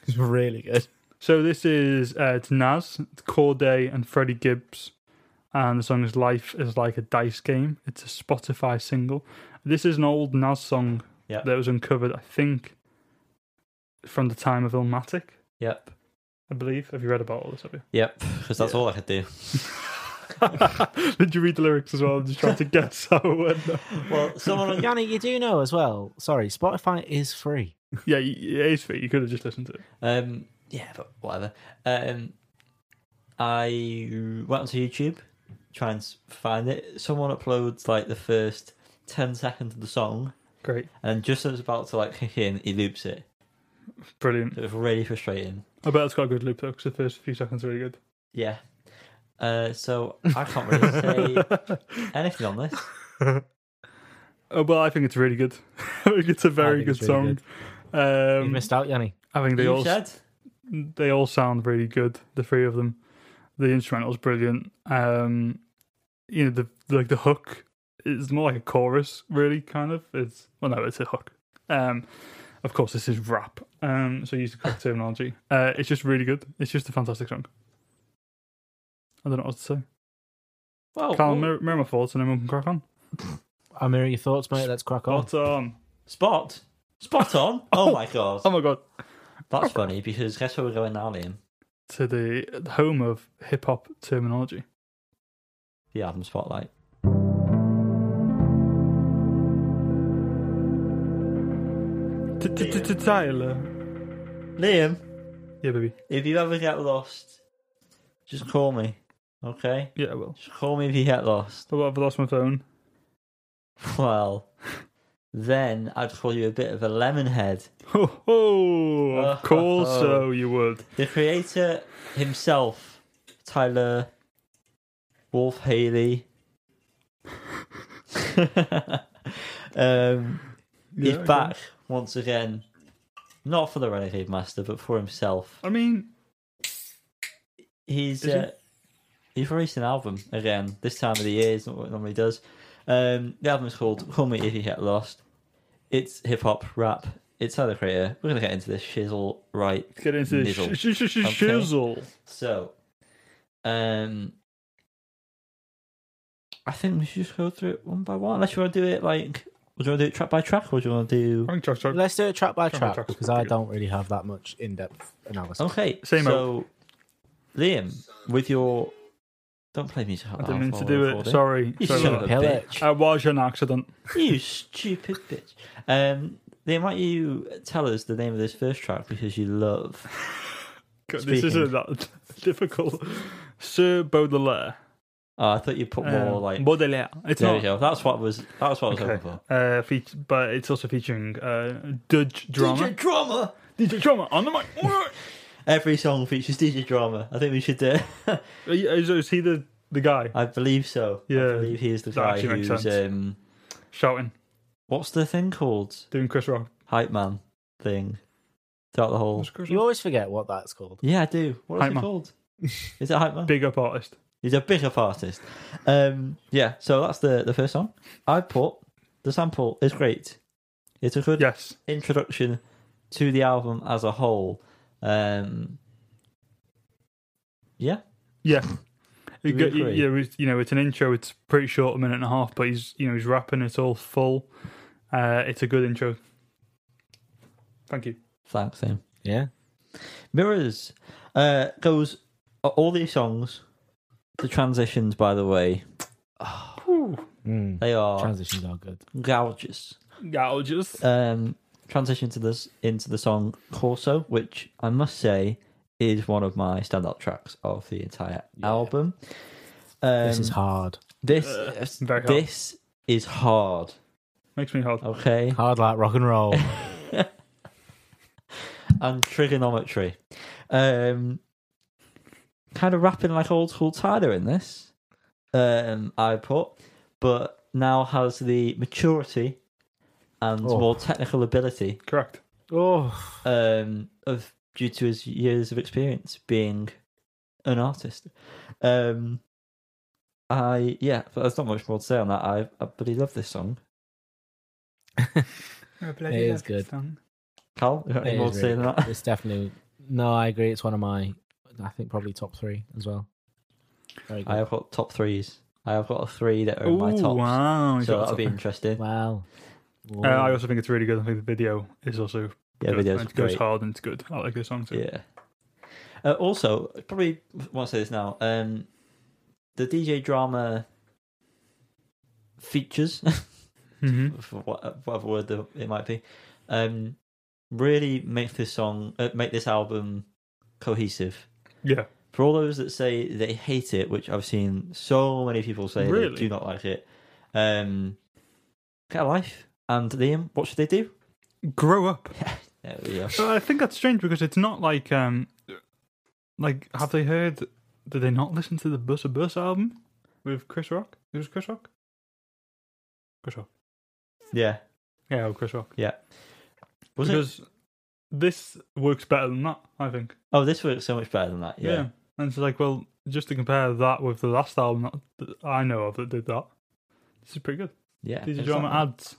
Speaker 1: It's really good.
Speaker 3: So this is uh, it's Nas, it's Corday, and Freddie Gibbs, and the song is "Life Is Like a Dice Game." It's a Spotify single. This is an old Nas song
Speaker 2: Yeah.
Speaker 3: that was uncovered, I think, from the time of Illmatic.
Speaker 2: Yep,
Speaker 3: I believe. Have you read about all this? Have
Speaker 2: yep. Because that's all I could do.
Speaker 3: you? Did you read the lyrics as well? I'm just trying to uh, guess how it went.
Speaker 2: Well, someone on
Speaker 1: Yanni, you do know as well. Sorry, Spotify is free.
Speaker 3: Yeah, y- yeah, it's fit. You could have just listened to it.
Speaker 2: Um, yeah, but whatever. Um, I went onto YouTube, try and s- find it. Someone uploads like the first ten seconds of the song,
Speaker 3: Great,
Speaker 2: and just as it's about to like kick in, he loops it.
Speaker 3: brilliant.
Speaker 2: It was really frustrating.
Speaker 3: I bet it's got a good loop though, because the first few seconds are really good.
Speaker 2: Yeah. Uh, so I can't really say anything on this.
Speaker 3: Oh, well, I think it's really good. I think it's a
Speaker 1: I
Speaker 3: very
Speaker 1: think
Speaker 3: good
Speaker 1: it's really
Speaker 3: song.
Speaker 1: You
Speaker 3: Um,
Speaker 1: missed out, Yanni.
Speaker 3: I think they
Speaker 2: you
Speaker 3: all
Speaker 2: said
Speaker 3: they all sound really good. The three of them. The instrumental's brilliant. Um, you know the like the hook is more like a chorus, really. Kind of. It's well, no, it's a hook. Um, of course, this is rap. Um, so use the correct terminology. Uh, it's just really good. It's just a fantastic song. I don't know what to say.
Speaker 2: well,
Speaker 3: Cal,
Speaker 2: well,
Speaker 3: mirror, mirror my thoughts, and then we can crack on.
Speaker 1: I mirror your thoughts, mate. Let's crack on.
Speaker 3: Spot on.
Speaker 2: spot, spot on. Oh my god,
Speaker 3: Oh my god.
Speaker 2: that's funny because guess where we're going now, Liam?
Speaker 3: To the the home of hip hop terminology.
Speaker 2: The album spotlight.
Speaker 3: Tyler.
Speaker 2: Liam.
Speaker 3: Yeah, baby.
Speaker 2: If you ever get lost, just call me. Okay?
Speaker 3: Yeah, I will.
Speaker 2: Just call me if you get lost.
Speaker 3: I've lost my phone.
Speaker 2: Well, then I'd call you a bit of a lemon head.
Speaker 3: Ho ho! Of course, so you would.
Speaker 2: The creator himself, Tyler Wolf Haley. um, he's
Speaker 3: Yeah, I
Speaker 2: back once again, not for the Renegade Master, but for himself.
Speaker 3: I mean,
Speaker 2: He's
Speaker 3: Is he?
Speaker 2: uh, he's released an album again this time of the year. It's not what it normally does. Um, the album is called "Call Me If You Get Lost." It's hip hop rap. It's Tyler Creator. We're gonna get into this shizzle right
Speaker 3: let's get into this
Speaker 2: Nizzle.
Speaker 3: sh- sh- sh- sh-
Speaker 2: Okay.
Speaker 3: shizzle.
Speaker 2: So, um, I think we should just go through it one by one. Unless you want to do it like, do you want to do it track by track, or do you want to do?
Speaker 3: I think Josh- Josh-
Speaker 1: Let's do it track by
Speaker 3: Track by
Speaker 1: track
Speaker 3: track.
Speaker 1: because I don't really have that much in-depth analysis.
Speaker 2: Okay,
Speaker 3: Same
Speaker 2: So, Liam, with your don't play music.
Speaker 3: I didn't mean to do it. Sorry.
Speaker 2: You
Speaker 3: Sorry
Speaker 2: son
Speaker 3: about
Speaker 2: of a
Speaker 3: that.
Speaker 1: Hell
Speaker 2: bitch.
Speaker 3: I was an accident.
Speaker 2: you stupid bitch. Um, Liam, might you tell us the name of this first track because you love?
Speaker 3: God, This
Speaker 2: Speaking.
Speaker 3: isn't that difficult. Sir Baudelaire.
Speaker 2: Oh, I thought you put more
Speaker 3: Um,
Speaker 2: like.
Speaker 3: Baudelaire. It's
Speaker 2: There
Speaker 3: not.
Speaker 2: we go. That's what was. That's what I was
Speaker 3: Okay.
Speaker 2: hoping for.
Speaker 3: Uh, feat- but it's also featuring uh, Dutch drama.
Speaker 2: DJ drama.
Speaker 3: DJ drama on the mic.
Speaker 2: Every song features DJ drama. I think we should do. it.
Speaker 3: is, is he the, the guy
Speaker 2: I believe so. I
Speaker 3: Yeah,
Speaker 2: believe he is the
Speaker 3: Uh, that
Speaker 2: guy
Speaker 3: actually makes
Speaker 2: who's
Speaker 3: sense.
Speaker 2: um,
Speaker 3: shouting,
Speaker 2: what's the thing called
Speaker 3: doing Chris Rock?
Speaker 2: hype man thing throughout the whole.
Speaker 3: What's Chris
Speaker 1: You
Speaker 3: Rock?
Speaker 1: always forget what that's called.
Speaker 2: Yeah, I do. What is
Speaker 3: Hype
Speaker 2: it
Speaker 3: man.
Speaker 2: called? Is it hype man?
Speaker 3: Big up artist.
Speaker 2: He's a big up artist. Um, yeah. So that's the the first song I put. The sample is great. It's a good
Speaker 3: Yes.
Speaker 2: introduction to the album as a whole. Um, yeah,
Speaker 3: Yeah. You,
Speaker 2: we
Speaker 3: get- you,
Speaker 2: agree?
Speaker 3: you know, it's- you know, it's an intro. It's pretty short, a minute and a half, but he's you know he's rapping. It's all full. Uh, it's a good intro. Thank you.
Speaker 2: thanks, him.
Speaker 1: Yeah.
Speaker 2: Mirrors uh, goes all these songs. The transitions, by the way,
Speaker 1: Mm.
Speaker 2: they are
Speaker 1: Transitions are good.
Speaker 2: gorgeous.
Speaker 3: Gouges.
Speaker 2: Um, transition to this into the song Corso, which I must say is one of my standout tracks of the entire album. Um,
Speaker 1: This is hard.
Speaker 2: This
Speaker 1: Uh,
Speaker 2: uh,
Speaker 3: very hard.
Speaker 2: this is hard.
Speaker 3: Makes me hard.
Speaker 2: Okay,
Speaker 1: Hard like rock and roll.
Speaker 2: and trigonometry. Um, kind of rapping like old school Tyler in this, um, I put, but now has the maturity and
Speaker 1: Oh.
Speaker 2: more technical ability
Speaker 3: Correct.
Speaker 1: oh.
Speaker 2: um, of due to his years of experience being an artist. Um, I yeah, but there's not much more to say on that. I I bloody love this song.
Speaker 1: It is good.
Speaker 2: Cal, you got any
Speaker 1: It
Speaker 2: more
Speaker 1: is
Speaker 2: to say
Speaker 1: really
Speaker 2: than
Speaker 1: good.
Speaker 2: that?
Speaker 1: It's definitely no. I agree. It's one of my, I think probably top three as well. Very
Speaker 2: I
Speaker 1: good.
Speaker 2: have got top threes. I have got a three that are in my
Speaker 3: Ooh,
Speaker 2: top.
Speaker 3: wow. he's
Speaker 2: So
Speaker 3: got
Speaker 2: that'll be
Speaker 3: something.
Speaker 2: interesting.
Speaker 1: Wow.
Speaker 3: Uh, I also think it's really good. I think the video is also
Speaker 2: Yeah,
Speaker 3: good.
Speaker 2: video's
Speaker 3: it goes
Speaker 2: great.
Speaker 3: hard and it's good. I like this song too.
Speaker 2: Yeah. Uh, also, I probably want to say this now. Um, the DJ drama features,
Speaker 3: Mhm.
Speaker 2: for what- whatever word the- it might be, um, really make this song, uh, make this album cohesive.
Speaker 3: Yeah.
Speaker 2: For all those that say they hate it, which I've seen so many people say
Speaker 3: Really?
Speaker 2: they do not like it, um, get a life. And Liam, what should they do?
Speaker 3: Grow up.
Speaker 2: There we go.
Speaker 3: So I think that's strange because it's not like um, like have they heard? Did they not listen to the Bus a Bus album with Chris Rock? It was Chris Rock. Chris Rock.
Speaker 2: Yeah.
Speaker 3: Yeah, with Chris Rock.
Speaker 2: Was it?
Speaker 3: because this works better than that, I think.
Speaker 2: Oh, this works so much better than that.
Speaker 3: Yeah.
Speaker 2: yeah.
Speaker 3: And it's like, well, just to compare that with the last album that I know of that did that, this is pretty good.
Speaker 2: Yeah.
Speaker 3: These are
Speaker 2: exactly.
Speaker 3: drama ads.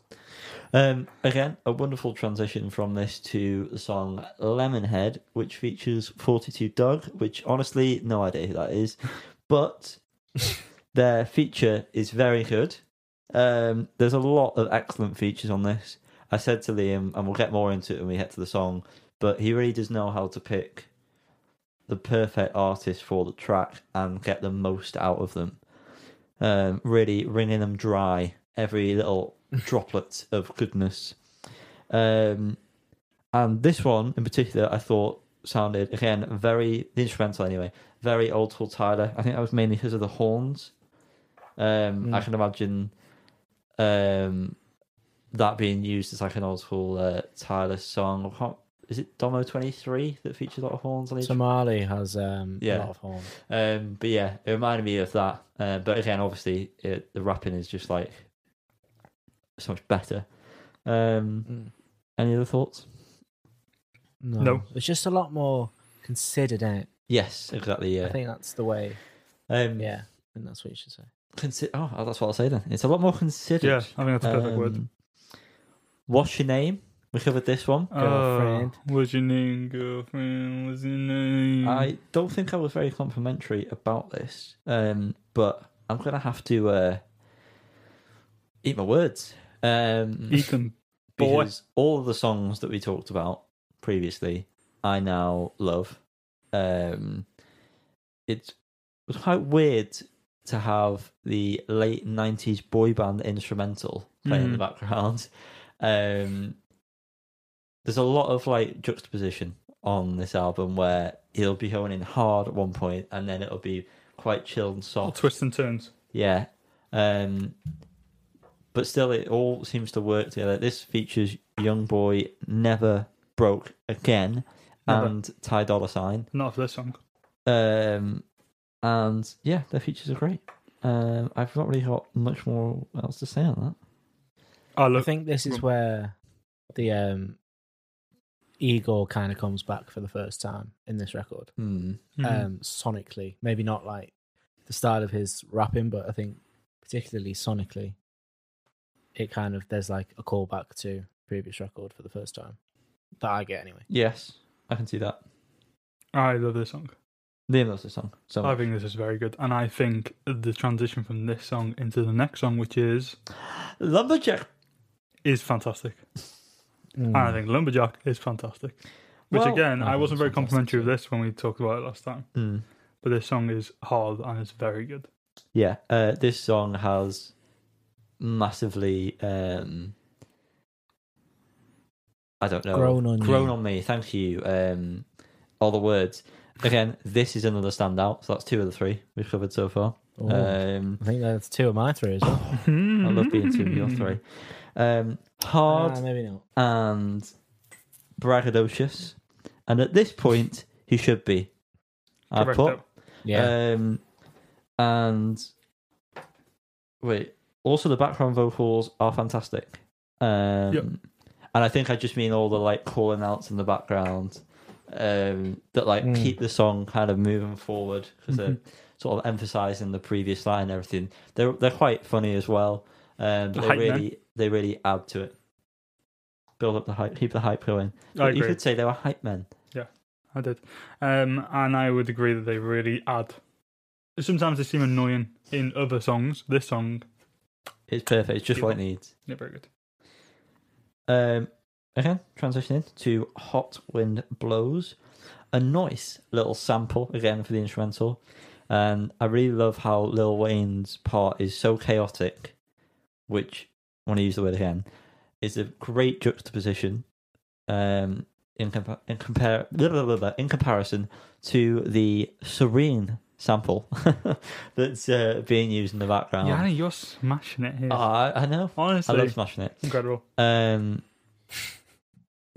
Speaker 2: Um, again, a wonderful transition from this to the song Lemonhead, which features 42 Doug, which honestly, no idea who that is, but their feature is very good. Um, there's a lot of excellent features on this. I said to Liam, and we'll get more into it when we get to the song, but he really does know how to pick the perfect artist for the track and get the most out of them. Um, really wringing them dry, every little droplet of goodness. Um, and this one in particular, I thought sounded again very the instrumental anyway, very old school Tyler. I think that was mainly because of the horns. Um, I
Speaker 1: Mm.
Speaker 2: can imagine um, that being used as like an old school uh, Tyler song. I can't- Is it Domo twenty three that featured a lot of horns on each
Speaker 1: Somali has um,
Speaker 2: Yeah.
Speaker 1: a lot of horn.
Speaker 2: Um, but yeah, it reminded me of that. Uh, but again, obviously, it, the rapping is just like so much better. Um, any other thoughts?
Speaker 1: No.
Speaker 3: Mm. No.
Speaker 1: It's just a lot more considered in it.
Speaker 2: Yes, exactly.
Speaker 1: I
Speaker 2: Yeah.
Speaker 1: think that's the way.
Speaker 2: Um,
Speaker 1: Yeah. I think that's what you should say.
Speaker 2: Consi- oh, that's what I'll say then. It's a lot more considered.
Speaker 3: Yeah, I think that's a perfect word.
Speaker 2: Um, What's your name? We covered this one.
Speaker 3: Oh,
Speaker 1: girlfriend.
Speaker 3: what's your name, girlfriend? What's your name?
Speaker 2: I don't think I was very complimentary about this, um, but I'm gonna have to uh, eat my words. Um,
Speaker 3: Ethan. Boy.
Speaker 2: because all of the songs that we talked about previously, I now love. Um, it was quite weird to have the late '90s boy band instrumental playing in the background. Um, there's a lot of like juxtaposition on this album where he'll be going in hard at one point, and then it'll be quite chill and
Speaker 3: All
Speaker 2: soft.
Speaker 3: twists and turns.
Speaker 2: Yeah. Um, but still, it all seems to work together. This features Young Boy Never Broke Again
Speaker 3: Never.
Speaker 2: and Ty Dolla Sign.
Speaker 3: Not for this song.
Speaker 2: Um, and yeah, their features are great. Um, I've not really got much more else to say on
Speaker 3: I
Speaker 1: I
Speaker 3: look. Mm.
Speaker 1: think this is
Speaker 3: Rum.
Speaker 1: where the um, Igor kind of comes back for the first time in this record.
Speaker 2: that. Hmm.
Speaker 3: Mhm.
Speaker 1: um, sonically. Maybe not like the style of his rapping, but I think particularly sonically, it kind of there's like a callback to previous record for the first time that I get anyway.
Speaker 2: Yes, I can see that.
Speaker 3: I love this song.
Speaker 2: Liam loves this song. So
Speaker 3: I think this is very good, and I think the transition from this song into the next song, which is
Speaker 2: Lumberjack.
Speaker 3: is fantastic.
Speaker 1: Mm.
Speaker 3: And I think Lumberjack is fantastic. Which
Speaker 2: Well-
Speaker 3: again,
Speaker 1: I
Speaker 3: I
Speaker 1: think
Speaker 3: wasn't
Speaker 1: it's
Speaker 3: very
Speaker 1: fantastic
Speaker 3: complimentary of
Speaker 1: too.
Speaker 3: this when we talked about it last time,
Speaker 2: Hmm.
Speaker 3: but this song is hard and it's very good.
Speaker 2: Yeah, uh, this song has massively, um, I don't know,
Speaker 1: Grown on
Speaker 2: grown
Speaker 1: you.
Speaker 2: on me. Thank you. Um, all the words. Again, this is another standout. So that's two of the three we've covered so far.
Speaker 1: Ooh.
Speaker 2: Um,
Speaker 1: Oh, I think that's two of my three as well.
Speaker 2: I love being two of your three. Um, hard
Speaker 1: Ah, maybe not.
Speaker 2: and braggadocious, and at this point he should be. I
Speaker 3: Correcto.
Speaker 2: put
Speaker 1: Yeah,
Speaker 2: um, and wait, also the background vocals are fantastic. Um,
Speaker 3: Yep.
Speaker 2: And I think I just mean all the like calling outs in the background um, that like
Speaker 3: Hmm.
Speaker 1: Mm.
Speaker 2: keep the song kind of moving forward because they're
Speaker 3: Mm-hmm.
Speaker 2: sort of emphasizing the previous line and everything. They're they're quite funny as well. Um,
Speaker 3: The
Speaker 2: but they
Speaker 3: hype man.
Speaker 2: really they really add to it. Build up the hype, keep the hype going. You
Speaker 3: I agree.
Speaker 2: could say they were hype men.
Speaker 3: I did. Um, and I would agree that they really add. Sometimes they seem annoying in other songs. This song,
Speaker 2: It's perfect. It's just what it needs.
Speaker 3: yeah, very good.
Speaker 2: Um, again, transitioning to Hot Wind Blows. A nice little sample, again, for the instrumental. And I really love how Lil Wayne's part is so chaotic, which, I want to use the word again, is a great juxtaposition um, in, compa- in, compare- blah, blah, blah, blah, in comparison to the serene sample that's uh, being used in the background.
Speaker 3: Yanni, you're smashing it here.
Speaker 2: Oh, I, I know. I
Speaker 3: Honestly,
Speaker 2: love smashing it.
Speaker 3: incredible.
Speaker 2: Um,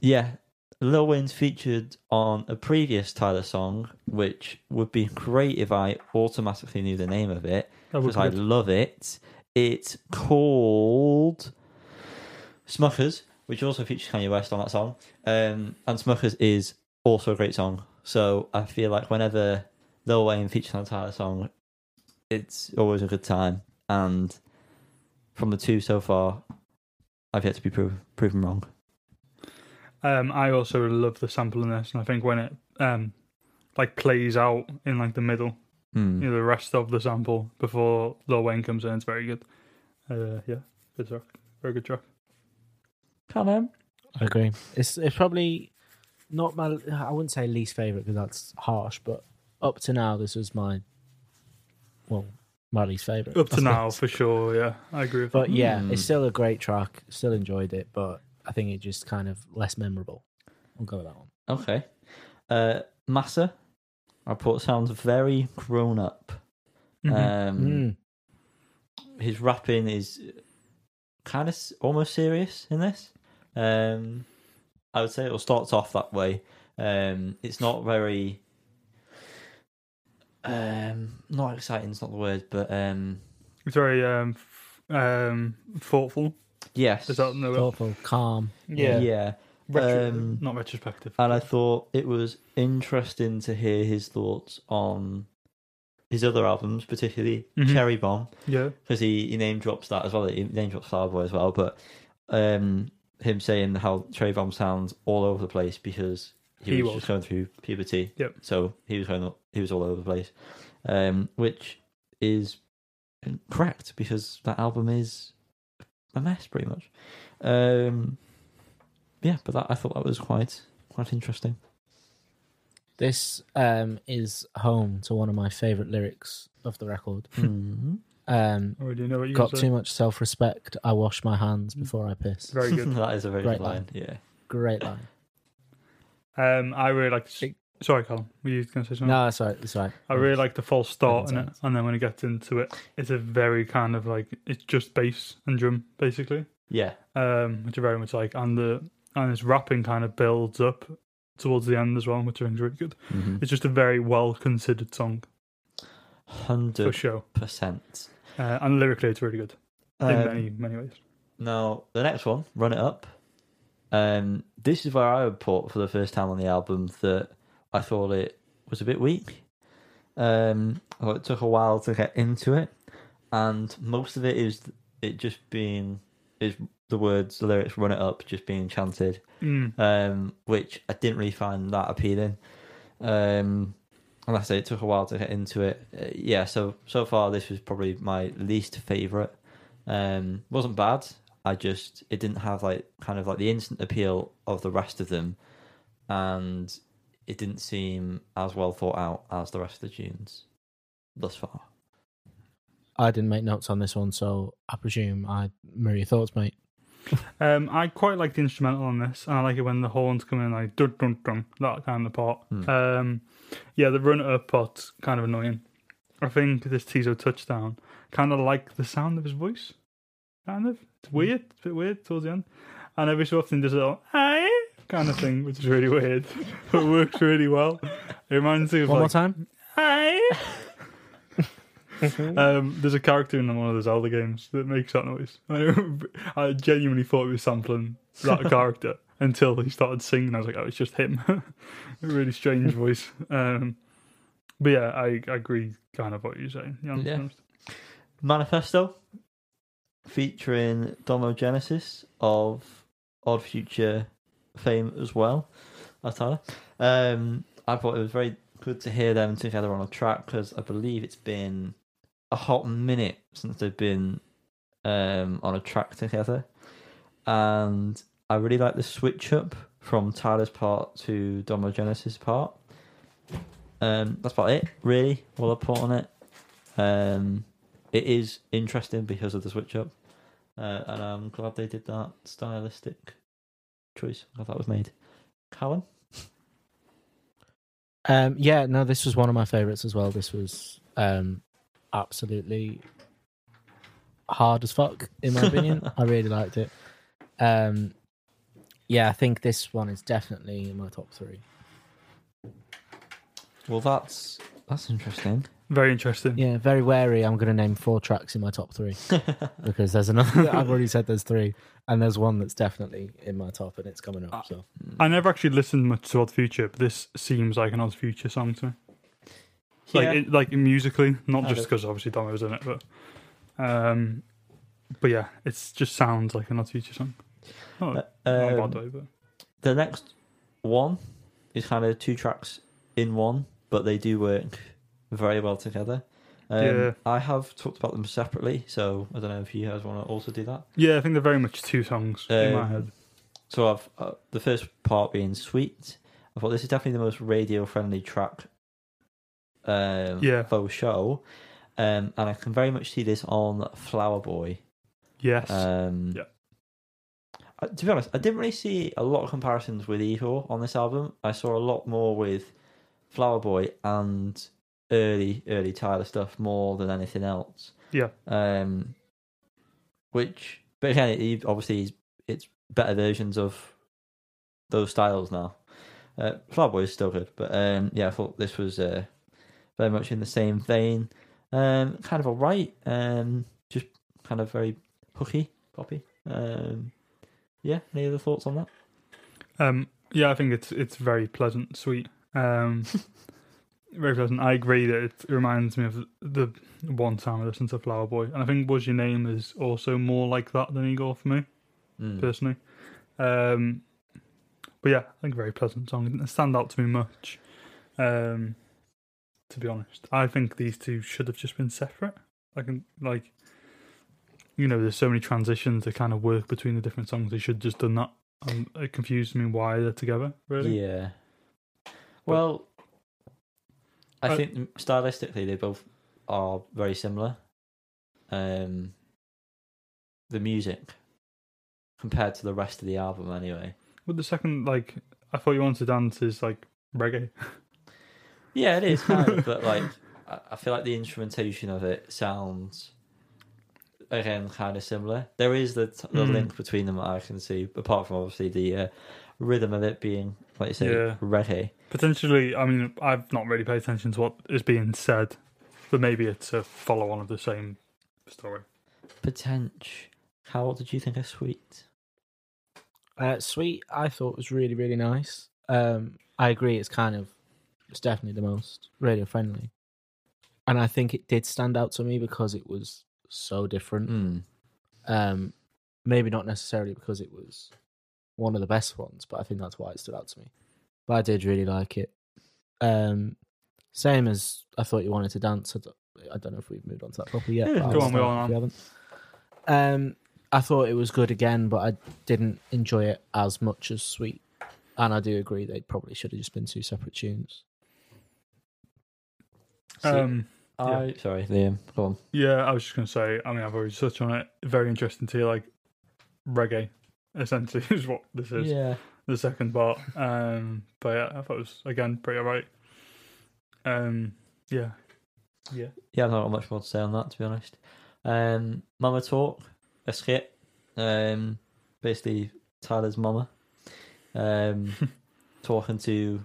Speaker 2: yeah, Lil Wayne's featured on a previous Tyler song, which would be great if I automatically knew the name of it
Speaker 3: That was
Speaker 2: because I
Speaker 3: good.
Speaker 2: love it. It's called Smuckers, which also features Kanye West on that song. Um, and Smuckers is also a great song. So I feel like whenever Lil Wayne features on a Tyler song, it's always a good time. And from the two so far, I've yet to be prov- proven wrong.
Speaker 3: Um, I also love the sample in this, and I think when it um, like plays out in like the middle,
Speaker 2: Hmm.
Speaker 3: you know, the rest of the sample before Lil Wayne comes in, it's very good. Uh, yeah, good track, very good track.
Speaker 2: Come on.
Speaker 1: I agree. It's it's probably not my. I wouldn't say least favorite because that's harsh, but up to now this was my well my least favorite
Speaker 3: Up to now, for sure. Yeah, I agree. With
Speaker 1: But yeah,
Speaker 2: Hmm.
Speaker 1: it's still a great track. Still enjoyed it, but I think it just kind of less memorable. I'll go with that one.
Speaker 2: Okay. Uh, Massa, I thought sounds very grown up.
Speaker 3: Mm-hmm.
Speaker 2: uh,
Speaker 1: Mm.
Speaker 2: Hmm.
Speaker 3: that. Mhm.
Speaker 2: Um, his rapping is kind of almost serious in this. Um, I would say it starts off that way. Um, it's not very, um, not exciting. It's not the word, but um,
Speaker 3: It's very um, f- um, thoughtful.
Speaker 2: yes,
Speaker 3: Is that no?
Speaker 1: Hmm. Thoughtful, calm.
Speaker 2: yeah.
Speaker 3: Retro-
Speaker 2: Um,
Speaker 3: not retrospective.
Speaker 2: and I thought it was interesting to hear his thoughts on his other albums, particularly
Speaker 3: Mhm.
Speaker 2: Cherry Bomb,
Speaker 3: yeah.
Speaker 2: because he, he name drops that as well. He name drops Starboy as well, but um, him saying how Cherry Bomb sounds all over the place because he,
Speaker 3: He
Speaker 2: was,
Speaker 3: was.
Speaker 2: just going through puberty.
Speaker 3: Yep.
Speaker 2: So he was going he was all over the place, um, which is correct because that album is a mess pretty much. Um, yeah, but that, I thought that was quite quite interesting.
Speaker 1: This um, is home to one of my favourite lyrics of the record.
Speaker 2: Mhm.
Speaker 1: Um,
Speaker 3: I already know what you
Speaker 1: got
Speaker 3: say. Hmm.
Speaker 1: too much self respect. I wash my hands before I piss.
Speaker 3: Very good.
Speaker 2: that is a very
Speaker 1: Great
Speaker 2: good line.
Speaker 1: line.
Speaker 2: Yeah.
Speaker 1: Great line.
Speaker 3: Um, I really like.
Speaker 1: It-
Speaker 3: Sorry, Colin. Were you going to say something?
Speaker 1: No, that's right. That's right.
Speaker 3: I really like the false start in it,
Speaker 1: Sometimes.
Speaker 3: and then when it gets into it, it's a very kind of like it's just bass and drum basically,
Speaker 2: Yeah.
Speaker 3: um, which I very much like, and the and this rapping kind of builds up towards the end as well, which I think is really good. It's just a very well considered song for
Speaker 2: Hundred
Speaker 3: show,
Speaker 2: percent.
Speaker 3: uh, and lyrically it's really good
Speaker 2: Um,
Speaker 3: in many many ways.
Speaker 2: Now the next one, run it up. Um, this is where I would put for the first time on the album that I thought it was a bit weak. Um, well, it took a while to get into it, and most of it is it just being is the words, the lyrics, run it up, just being chanted.
Speaker 3: Mm.
Speaker 2: um, which I didn't really find that appealing. Um, and like I say, it took a while to get into it. Uh, yeah, so so far this was probably my least favorite. Um, wasn't bad. I just it didn't have like kind of like the instant appeal of the rest of them, and it didn't seem as well thought out as the rest of the tunes thus far.
Speaker 1: I didn't make notes on this one, so I presume I mirror your thoughts, mate.
Speaker 3: Um, I quite like the instrumental on this, and I like it when the horns come in like dun dun dun that kind of part.
Speaker 1: Hmm.
Speaker 2: Mm.
Speaker 3: Um, yeah, the run up part's kind of annoying. I think this Tizo touchdown kind of like the sound of his voice, kind of. It's
Speaker 1: Hmm.
Speaker 3: weird, it's a bit weird towards the end, and every so often does a little "Aye" kind of thing, which is really weird, but it works really well. It reminds me of
Speaker 1: One more
Speaker 3: like
Speaker 1: time.
Speaker 3: "Aye." Um, there's a character in one of the Zelda games that makes that noise. I genuinely thought it was sampling that character until he started singing. I was like, oh, it's just him. a really strange voice. Um, but yeah, I, I agree kind of what you're saying. you know,
Speaker 2: Yeah.
Speaker 3: honest.
Speaker 2: Manifesto featuring Domo Genesis of Odd Future fame as well as Tyler. Um, I thought it was very good to hear them together on a track because I believe it's been a hot minute since they've been um, on a track together. And I really like the switch up from Tyler's part to Domo Genesis' part. Um, that's about it, really, what I put on it. Um, it is interesting because of the switch up, uh, and I'm glad they did that stylistic choice that that was made. Callum,
Speaker 1: Um, yeah, no, this was one of my favourites as well. This was um, absolutely hard as fuck, in my opinion. I really liked it. Um, yeah, I think this one is definitely in my top three.
Speaker 2: well, that's that's interesting.
Speaker 3: Very interesting.
Speaker 1: Yeah, very wary. I'm going to name four tracks in my top three because there's another. I've already said there's three, and there's one that's definitely in my top, and it's coming up. So
Speaker 3: I never actually listened much to Odd Future, but this seems like an Odd Future song to me. Like,
Speaker 2: Yeah.
Speaker 3: it, like musically, not
Speaker 2: Kind
Speaker 3: just
Speaker 2: of.
Speaker 3: because obviously Dom was in it, but um, but yeah, it's just sounds like an Odd Future song. Not, not a
Speaker 2: Um,
Speaker 3: bad way, but
Speaker 2: the next one is kind of two tracks in one, but they do work very well together. Um,
Speaker 3: Yeah.
Speaker 2: I have talked about them separately, so I don't know if you guys want to also do that.
Speaker 3: Yeah, I think they're very much two songs in my
Speaker 2: Um,
Speaker 3: head.
Speaker 2: So I've uh, the first part being sweet. I thought this is definitely the most radio friendly track. Um,
Speaker 3: Yeah.
Speaker 2: For show, um, and I can very much see this on Flower Boy.
Speaker 3: Yes.
Speaker 2: Um,
Speaker 3: Yeah.
Speaker 2: I- to be honest, I didn't really see a lot of comparisons with Igor on this album. I saw a lot more with Flower Boy and early, early Tyler stuff more than anything else.
Speaker 3: Yeah.
Speaker 2: Um, which But again, it, he- obviously, he's, it's better versions of those styles now. Uh, Flower Boy is still good, but um, yeah, I thought this was uh, very much in the same vein. Um, kind of alright, um, just kind of very hooky, poppy. Um, yeah, any other thoughts on that?
Speaker 3: Um, yeah, I think it's it's very pleasant, sweet. Um, very pleasant. I agree that it reminds me of the one time I listened to Flower Boy, and I think Was Your Name is also more like that than Igor for me
Speaker 2: Mm. Hmm.
Speaker 3: personally. Um, but yeah, I think a very pleasant song. It didn't stand out to me much. Um, to be honest, I think these two should have just been separate. I can like, you know, there's so many transitions that kind of work between the different songs. They should have just done that. Um, it confused me why they're together. Really,
Speaker 2: Yeah. Well, I
Speaker 3: Uh,
Speaker 2: think stylistically they both are very similar. Um, the music compared to the rest of the album, anyway.
Speaker 3: with the second like, I thought you wanted to dance is like reggae.
Speaker 2: Yeah, it is kind of, but like I I feel like the instrumentation of it sounds again kind of similar. There is the, t- the
Speaker 3: Mm.
Speaker 2: link between them that I can see, apart from obviously the uh, rhythm of it being, like you say,
Speaker 3: Yeah.
Speaker 2: reggae.
Speaker 3: Potentially, I mean, I've not really paid attention to what is being said, but maybe it's a follow-on of the same story.
Speaker 2: Potential. How did you think of Sweet?
Speaker 1: Uh, Sweet, I thought was really, really nice. Um, I agree, it's kind of, it's definitely the most radio friendly. And I think it did stand out to me because it was so different.
Speaker 3: Hmm.
Speaker 2: Mm.
Speaker 1: Um, maybe not necessarily because it was one of the best ones, but I think that's why it stood out to me. But I did really like it. Um, same as I thought you wanted to dance. I don't, I don't know if we've moved on to that properly yet.
Speaker 2: Yeah,
Speaker 1: but I'll
Speaker 3: go on, we're
Speaker 1: start
Speaker 3: on.
Speaker 1: if you haven't. Um, I thought it was good again, but I didn't enjoy it as much as Sweet. And I do agree they probably should have just been two separate tunes.
Speaker 2: So-
Speaker 3: Um,
Speaker 2: I sorry, Liam. Go on.
Speaker 3: Yeah, I was just gonna say. I mean, I've already touched on it. Very interesting to hear, like reggae, essentially is what this is.
Speaker 2: Yeah,
Speaker 3: The second part. Um, but yeah, I thought it was again pretty alright. Um, yeah, yeah.
Speaker 2: yeah. I've not got much more to say on that, to be honest. Um, mama talk, a skit. Um, basically Tyler's mama. Um, talking to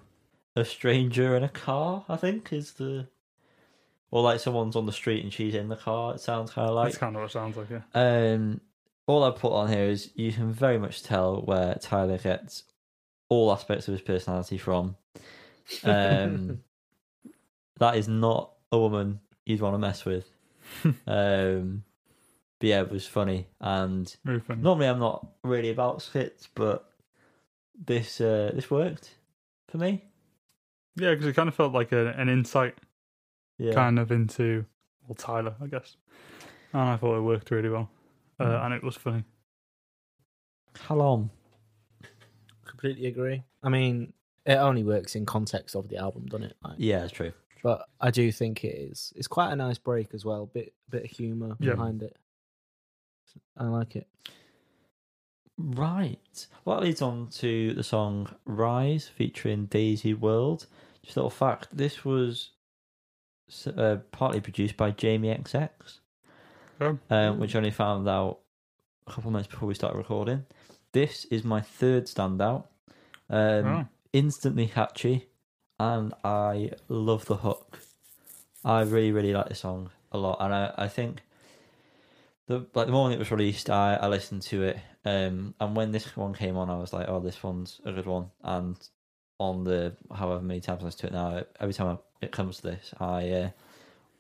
Speaker 2: a stranger in a car. I think is the, or like someone's on the street and she's in the car. It sounds kind of like.
Speaker 3: That's kind of what it sounds like. Yeah.
Speaker 2: Um, all I put on here is you can very much tell where Tyler gets all aspects of his personality from. Um, that is not a woman you'd want to mess with. Um, but yeah, it was funny. And
Speaker 3: Moving.
Speaker 2: normally I'm not really about skits, but this uh, this worked for me.
Speaker 3: Yeah, because it kind of felt like a, an insight,
Speaker 2: Yeah,
Speaker 3: kind of into well Tyler, I guess. And I thought it worked really well, uh,
Speaker 2: Mm.
Speaker 3: and it was funny.
Speaker 2: how long?
Speaker 1: Completely agree. I mean, it only works in context of the album, doesn't it? Like,
Speaker 2: Yeah, it's true.
Speaker 1: but I do think it is. It's quite a nice break as well. Bit bit of humour
Speaker 3: Yeah.
Speaker 1: behind it. I like it.
Speaker 2: Right. Well, that leads on to the song Rise featuring Daisy World. Just a little fact this was s- uh, partly produced by Jamie XX,
Speaker 3: Um,
Speaker 2: um, which I only found out a couple of minutes before we started recording. This is my third standout. Um,
Speaker 3: oh,
Speaker 2: Instantly catchy, and I love the hook. I really, really like the song a lot, and I, I think the like the moment it was released, I, I listened to it, um, and when this one came on, I was like, oh, this one's a good one. And on the however many times I listen to it now, every time I, it comes to this, I uh,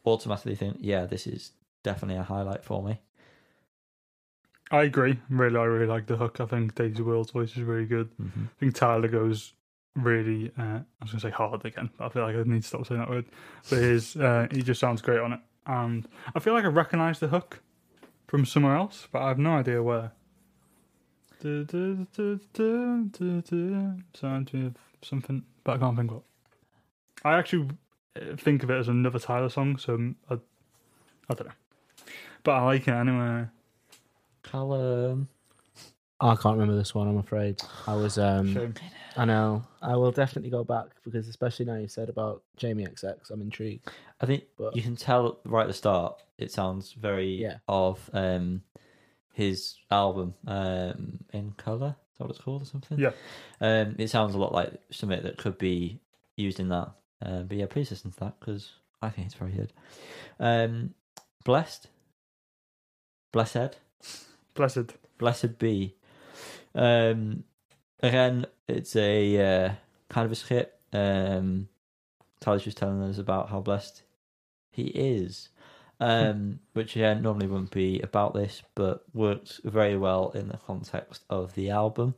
Speaker 2: automatically think, yeah, this is definitely a highlight for me.
Speaker 3: I agree. Really, I really like the hook. I think Daisy World's voice is really good. I think Tyler goes really. Uh, I was going to say hard again, but I feel like I need to stop saying that word. But his, uh, he just sounds great on it, and I feel like I recognise the hook from somewhere else, but I have no idea where. Du- du- du- du- du- du- Sound of something, but I can't think what. I actually uh, think of it as another Tyler song, so um, I, I don't know. But I like it anyway.
Speaker 2: Callum,
Speaker 1: I can't remember this one. I'm afraid I was. um
Speaker 3: Shame.
Speaker 1: I know. I will definitely go back because, especially now you said about Jamie XX, I'm intrigued.
Speaker 2: I think
Speaker 1: But
Speaker 2: you can tell right at the start it sounds very
Speaker 1: Yeah.
Speaker 2: of um his album um, in color. Is that what it's called or something?
Speaker 3: Yeah.
Speaker 2: Um, it sounds a lot like something that could be used in that. Um, but yeah, please listen to that because I think it's very good. Um, blessed, blessed,
Speaker 3: Blessed.
Speaker 2: blessed be. Um, again, it's a uh, canvas hit. Um, Tyler's just telling us about how blessed he is, um, which yeah, normally wouldn't be about this, but worked very well in the context of the album.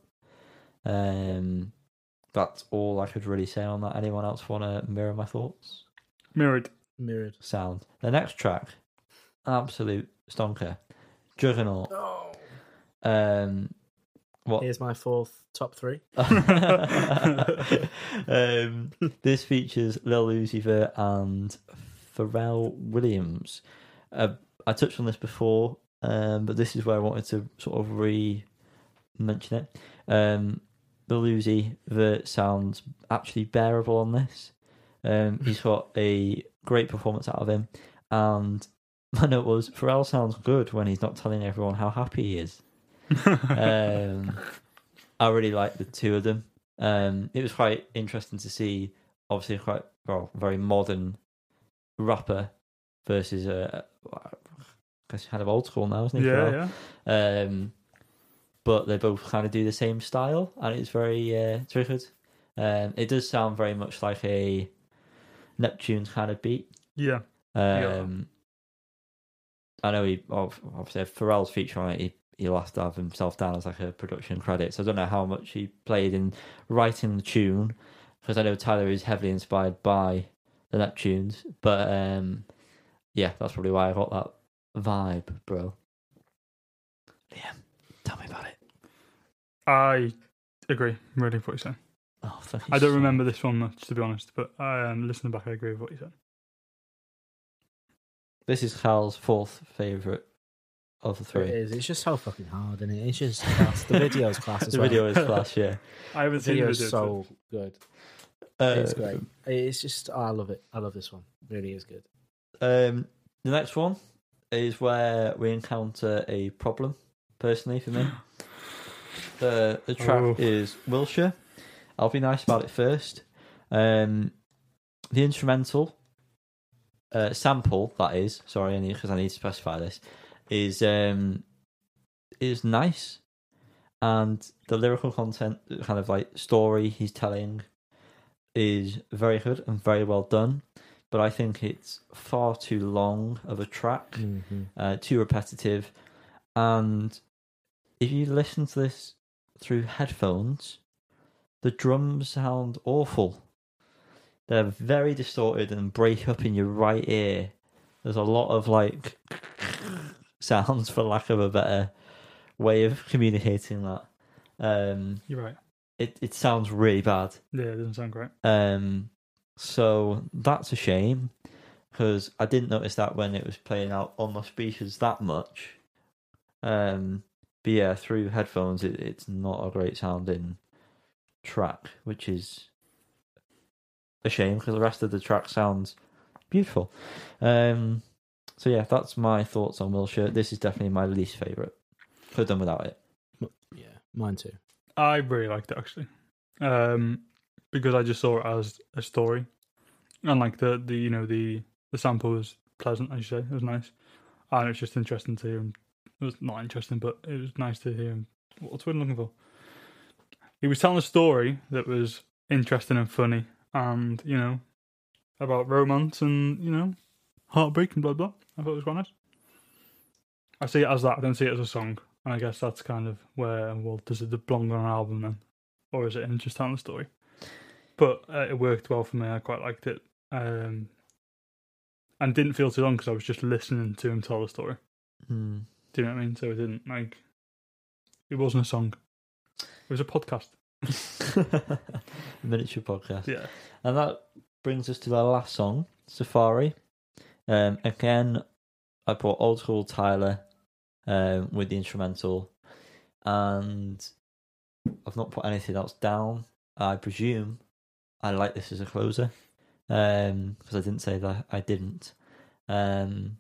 Speaker 2: Um, that's all I could really say on that. Anyone else want to mirror my thoughts?
Speaker 3: Mirrored.
Speaker 1: Mirrored.
Speaker 2: Sound. The next track, absolute stonker, Juggernaut. Um, what?
Speaker 1: Here's my fourth top three.
Speaker 2: um, this features Lil Uzi Vert and Pharrell Williams. Uh, I touched on this before, um, but this is where I wanted to sort of re mention it. Um, Lil Uzi Vert sounds actually bearable on this. Um, he's got a great performance out of him, and my note was Pharrell sounds good when he's not telling everyone how happy he is um, I really liked the two of them. Um, it was quite interesting to see, obviously, quite well, very modern rapper versus a, I guess kind of old school now, isn't it? Pharrell?
Speaker 3: yeah,
Speaker 2: Um, but they both kind of do the same style, and it's very uh, it's very good. Um, it does sound very much like a Neptune's kind of beat.
Speaker 3: yeah.
Speaker 2: Um, I know he ob- obviously if Pharrell's feature on it. He he'll have to have himself down as like a production credit. So I don't know how much he played in writing the tune because I know Tyler is heavily inspired by the Neptunes. But um, yeah, that's probably why I got that vibe, bro. Liam, tell me about it.
Speaker 3: Yeah. I agree. Really, with what you're saying.
Speaker 2: Oh, thank you
Speaker 3: I don't
Speaker 2: so-
Speaker 3: remember this one much, to be honest, but I, um, listening back, I agree with what you said.
Speaker 2: This is Cal's fourth favorite of the
Speaker 1: It
Speaker 2: three.
Speaker 1: is. It's just so fucking hard, isn't it? It's just class. The video's class as
Speaker 2: the
Speaker 1: well.
Speaker 2: video is class, yeah.
Speaker 3: I haven't
Speaker 1: The
Speaker 3: seen
Speaker 1: video
Speaker 3: it.
Speaker 1: is so good. It's
Speaker 2: Uh,
Speaker 1: great. It's just, oh, I love it. I love this one. really is good.
Speaker 2: Um, the next one is where we encounter a problem. Personally, for me, the Uh, the track
Speaker 3: Oh.
Speaker 2: is Wilshire. I'll be nice about it first. Um, the instrumental uh, sample that is sorry, because I need to specify this is um, is nice, and the lyrical content, the kind of like story he's telling, is very good and very well done. But I think it's far too long of a track uh, too repetitive. And if you listen to this through headphones, the drums sound awful. They're very distorted and break up in your right ear. There's a lot of like sounds, for lack of a better way of communicating that. Um,
Speaker 3: You're right.
Speaker 2: it it sounds really bad.
Speaker 3: Yeah, it doesn't sound great.
Speaker 2: Um, so that's a shame because I didn't notice that when it was playing out on my speakers that much. Um, but yeah, through headphones, it, it's not a great sounding track, which is a shame because the rest of the track sounds beautiful. Um, so yeah, that's my thoughts on Wilshire. This is definitely my least favorite. Could have done without it.
Speaker 1: Yeah, mine too.
Speaker 3: I really liked it actually, um, because I just saw it as a story, and like the the you know the the sample was pleasant, as you say, it was nice, and it's just interesting to hear. Him. It was not interesting, but it was nice to hear. Him. What's the word I'm looking for? He was telling a story that was interesting and funny, and you know about romance and you know heartbreak and blah blah. I thought it was quite nice. I see it as that. I don't see it as a song. And I guess that's kind of where, well, does it belong on an album then? Or is it in just telling the story? But uh, it worked well for me. I quite liked it. Um, and didn't feel too long because I was just listening to him tell the story.
Speaker 2: Hmm.
Speaker 3: Do you know what I mean? So it didn't, like, it wasn't a song. It was a podcast.
Speaker 2: Miniature podcast.
Speaker 3: Yeah.
Speaker 2: And that brings us to the last song, Safari. Um, again, I brought old school Tyler um, with the instrumental, and I've not put anything else down. I presume I like this as a closer because I didn't say that I didn't. Um,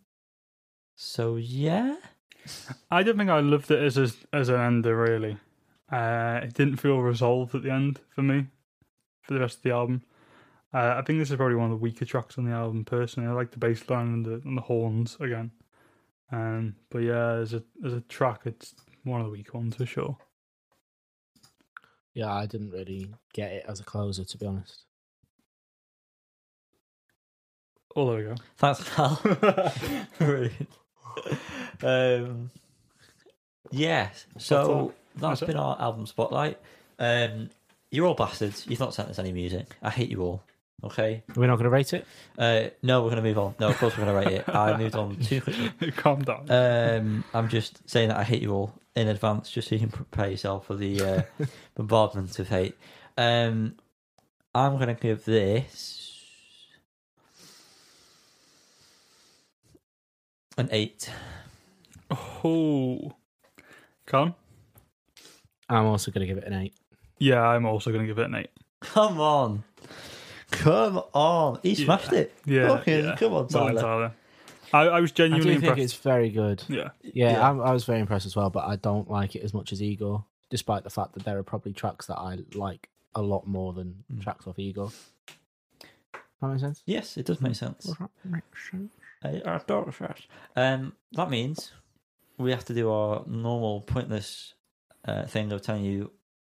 Speaker 2: so Um, yeah,
Speaker 3: I don't think I loved it as as, as an ender really. Uh, it didn't feel resolved at the end for me, for the rest of the album. Uh, I think this is probably one of the weaker tracks on the album personally. I like the bass line and the, and the horns again. Um, but yeah, as a as a track, it's one of the weak ones for sure.
Speaker 1: Yeah, I didn't really get it as a closer, to be honest.
Speaker 3: Oh, there we go.
Speaker 2: Thanks, Cal. Brilliant. um, yes. So that's
Speaker 3: That's it.
Speaker 2: been our album spotlight. Um, you're all bastards. You've not sent us any music. I hate you all. Okay.
Speaker 1: We're not going to rate it.
Speaker 2: Uh, no, we're gonna move on. No, Oh, of course we're gonna rate it. I moved on too quickly.
Speaker 3: Calm down.
Speaker 2: Um, I'm just saying that I hate you all in advance, just so you can prepare yourself for the uh, bombardment of hate. Um, I'm gonna give this an eight.
Speaker 3: oh, Colin?
Speaker 1: I'm also going to give it an eight.
Speaker 3: Yeah, I'm also gonna give it an eight.
Speaker 2: Come on. Come on. He
Speaker 3: Yeah.
Speaker 2: smashed it.
Speaker 3: Yeah,
Speaker 2: Fucking-
Speaker 3: yeah.
Speaker 2: Come on,
Speaker 3: Well done,
Speaker 2: Tyler.
Speaker 3: Tyler. I, I was
Speaker 1: I do
Speaker 3: genuinely
Speaker 1: think it's
Speaker 3: impressed.
Speaker 1: very good.
Speaker 3: Yeah,
Speaker 1: Yeah,
Speaker 2: Yeah.
Speaker 1: I'm, I was very impressed as well, but I don't like it as much as Igor, despite the fact that there are probably tracks that I like a lot more than
Speaker 2: Mm.
Speaker 1: tracks off Igor. That makes sense.
Speaker 2: Yes, it does make
Speaker 3: Hmm.
Speaker 2: sense. I- I don't trust. Um, that means we have to do our normal pointless uh, thing of telling you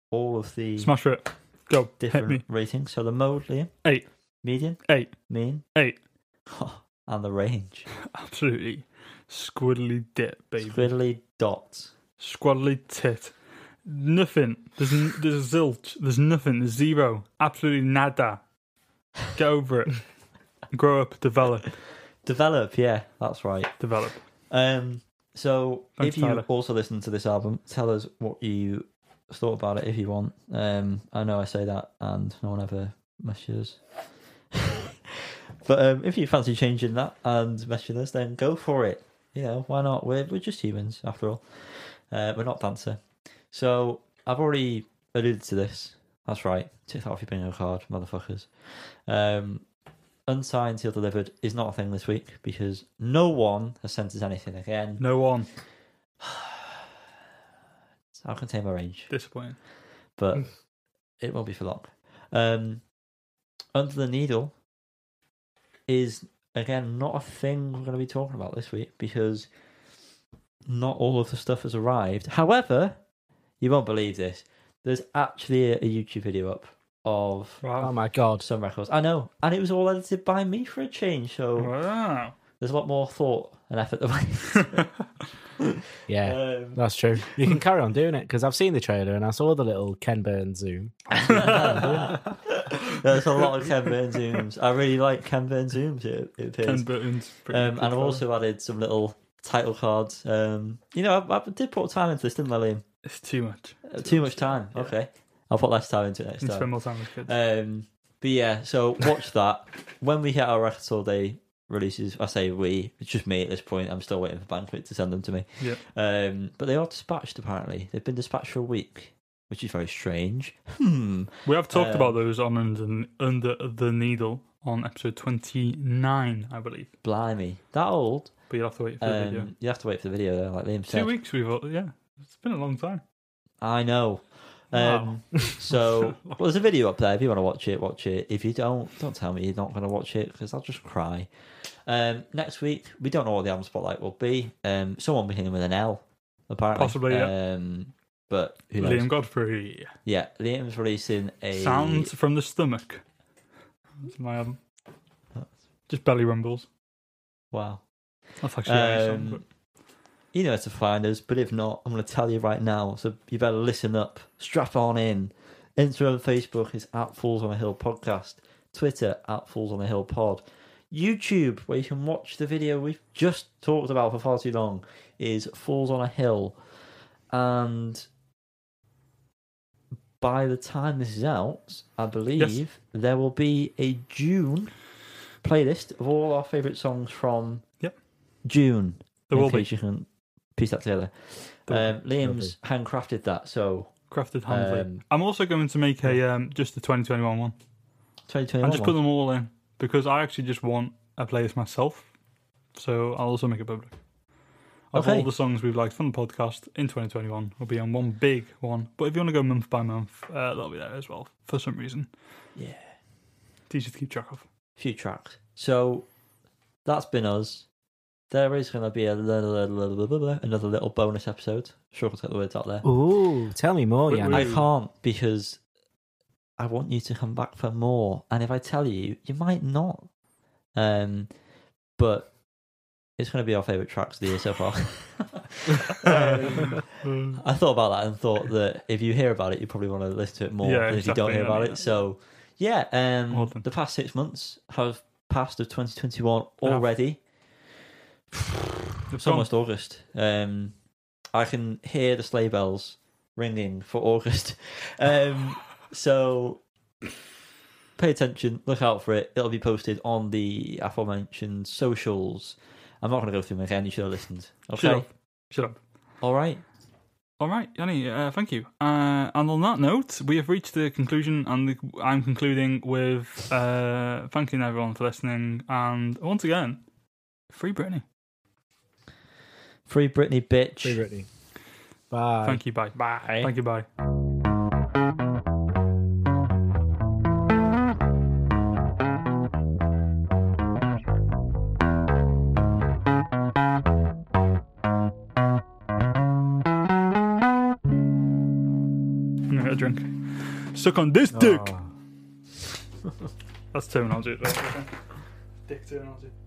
Speaker 2: all of the
Speaker 3: smash for it. Go. Hit me.
Speaker 2: different ratings. So the mode, Liam.
Speaker 3: Eight.
Speaker 2: Median.
Speaker 3: Eight.
Speaker 2: Mean.
Speaker 3: Eight.
Speaker 2: and the range.
Speaker 3: Absolutely squiddly dip, baby.
Speaker 2: Squiddly dot.
Speaker 3: Squadly tit. Nothing. There's n- there's zilch. There's nothing. There's zero. Absolutely nada. Get over it. Grow up. Develop.
Speaker 2: Develop. Yeah, that's right.
Speaker 3: Develop.
Speaker 2: Um, so
Speaker 3: Thanks,
Speaker 2: if you
Speaker 3: Tyler.
Speaker 2: also listen to this album, tell us what you thought about it if you want. Um, I know I say that and no one ever messes. but um, if you fancy changing that and messaging us, then go for it. You know, why not? We're, we're just humans after all. Uh, we're not dancer. So I've already alluded to this. That's right. Tick that off your bingo card, motherfuckers. Um, unsigned, sealed, delivered is not a thing this week because no one has sent us anything again.
Speaker 3: No one.
Speaker 2: I'll contain my range,
Speaker 3: Disappointing.
Speaker 2: but it won't be for long. Um, Under the Needle is again not a thing we're going to be talking about this week because not all of the stuff has arrived. However, you won't believe this. There's actually a, a YouTube video up of
Speaker 1: Oh
Speaker 3: Wow.
Speaker 1: my god.
Speaker 2: some records. I know, and it was all edited by me for a change. So
Speaker 3: Wow.
Speaker 2: there's a lot more thought and effort that went.
Speaker 1: Yeah,
Speaker 2: Um,
Speaker 1: that's true. You can carry on doing it because I've seen the trailer and I saw the little Ken Burns zoom.
Speaker 2: There's a lot of Ken Burns zooms. I really like Ken Burns zooms. It, it appears.
Speaker 3: Ten buttons. pretty
Speaker 2: Um, and
Speaker 3: good
Speaker 2: I've
Speaker 3: fella.
Speaker 2: also added some little title cards. Um, you know, I, I did put time into this, didn't I, Liam?
Speaker 3: It's too much.
Speaker 2: Uh, Too much time.
Speaker 3: Yeah.
Speaker 2: Okay, I'll put less time into it next
Speaker 3: And spend
Speaker 2: time.
Speaker 3: more time with kids.
Speaker 2: Um, but yeah, so watch that. When we hit our record store day releases, I say we. It's just me at this point. I'm still waiting for Banquet to send them to me.
Speaker 3: Yeah.
Speaker 2: Um, but they are dispatched apparently. They've been dispatched for a week, which is very strange. Hmm.
Speaker 3: We have talked
Speaker 2: um,
Speaker 3: about those on under, under the needle on episode twenty nine, I believe.
Speaker 2: Blimey, that old.
Speaker 3: But you'll have to wait for the video.
Speaker 2: Um, you have to wait for the video though, like Liam
Speaker 3: Two
Speaker 2: said.
Speaker 3: weeks we've all- yeah. It's been a long time.
Speaker 2: I know. Um, so well, there's a video up there if you want to watch it. Watch it. If you don't, don't tell me you're not going to watch it because I'll just cry. Um, next week we don't know what the album spotlight will be. Um, someone beginning with an L, apparently.
Speaker 3: Possibly, yeah.
Speaker 2: Um, but who knows?
Speaker 3: Liam Godfrey.
Speaker 2: Yeah, Liam's releasing a
Speaker 3: Sounds from the stomach. That's my album. Just belly rumbles.
Speaker 2: Wow.
Speaker 3: That's actually a nice song,
Speaker 2: Um,
Speaker 3: but
Speaker 2: you know where to find us, but if not, I'm going to tell you right now. So you better listen up, strap on in. Instagram and Facebook is at Fools on a Hill podcast, Twitter at Fools on a Hill pod, YouTube, where you can watch the video we've just talked about for far too long, is Fools on a Hill. And by the time this is out, I believe there will be a June playlist of all our favourite songs from
Speaker 3: Yep.
Speaker 2: June
Speaker 3: there
Speaker 2: in
Speaker 3: will be
Speaker 2: case you can piece that together.
Speaker 3: There
Speaker 2: Um, Liam's handcrafted that, so
Speaker 3: crafted handmade.
Speaker 2: um,
Speaker 3: I'm also going to make a um, just the 2021 one.
Speaker 2: 2021.
Speaker 3: And just put
Speaker 2: one.
Speaker 3: them all in because I actually just want a playlist myself. So I'll also make it public. of
Speaker 2: Okay.
Speaker 3: all the songs we've liked from the podcast in 2021 will be on one big one. But if you want to go month by month, uh, that'll be there as well for some reason.
Speaker 2: Yeah.
Speaker 3: It's easy to keep track of.
Speaker 2: few tracks. So that's been us. There is going to be a little, little, little, little, little- another little bonus episode. Struggle to get the words out there.
Speaker 1: Ooh, tell me more,
Speaker 3: Wait,
Speaker 1: Yannick.
Speaker 2: I
Speaker 3: Ooh.
Speaker 2: can't because I want you to come back for more. And if I tell you, you might not. Um, but it's going to be our favorite tracks of the year so far. Um, I thought about that and thought that if you hear about it, you probably want to listen to it more
Speaker 3: Yeah,
Speaker 2: than if you don't
Speaker 3: exactly,
Speaker 2: hear about
Speaker 3: yeah.
Speaker 2: it. So, yeah, um,
Speaker 3: Well done.
Speaker 2: the past six months have passed of 2021 already.
Speaker 3: They've
Speaker 2: It's
Speaker 3: gone.
Speaker 2: almost August. Um, I can hear the sleigh bells ringing for August. Um, so pay attention, look out for it. It'll be posted on the aforementioned socials. I'm not going to go through them again. You should have listened. Okay.
Speaker 3: Shut up. Shut up.
Speaker 2: All right.
Speaker 3: All right, Yanni, uh, thank you. Uh, and on that note, we have reached the conclusion, and the, I'm concluding with uh, thanking everyone for listening. And once again, free Britney.
Speaker 2: Free Britney, bitch.
Speaker 1: Free Britney. Bye.
Speaker 3: Thank you, bye. Bye. Thank you, bye. I'm gonna get a drink. Suck on this dick.
Speaker 1: Oh.
Speaker 3: That's terminology. Dick terminology.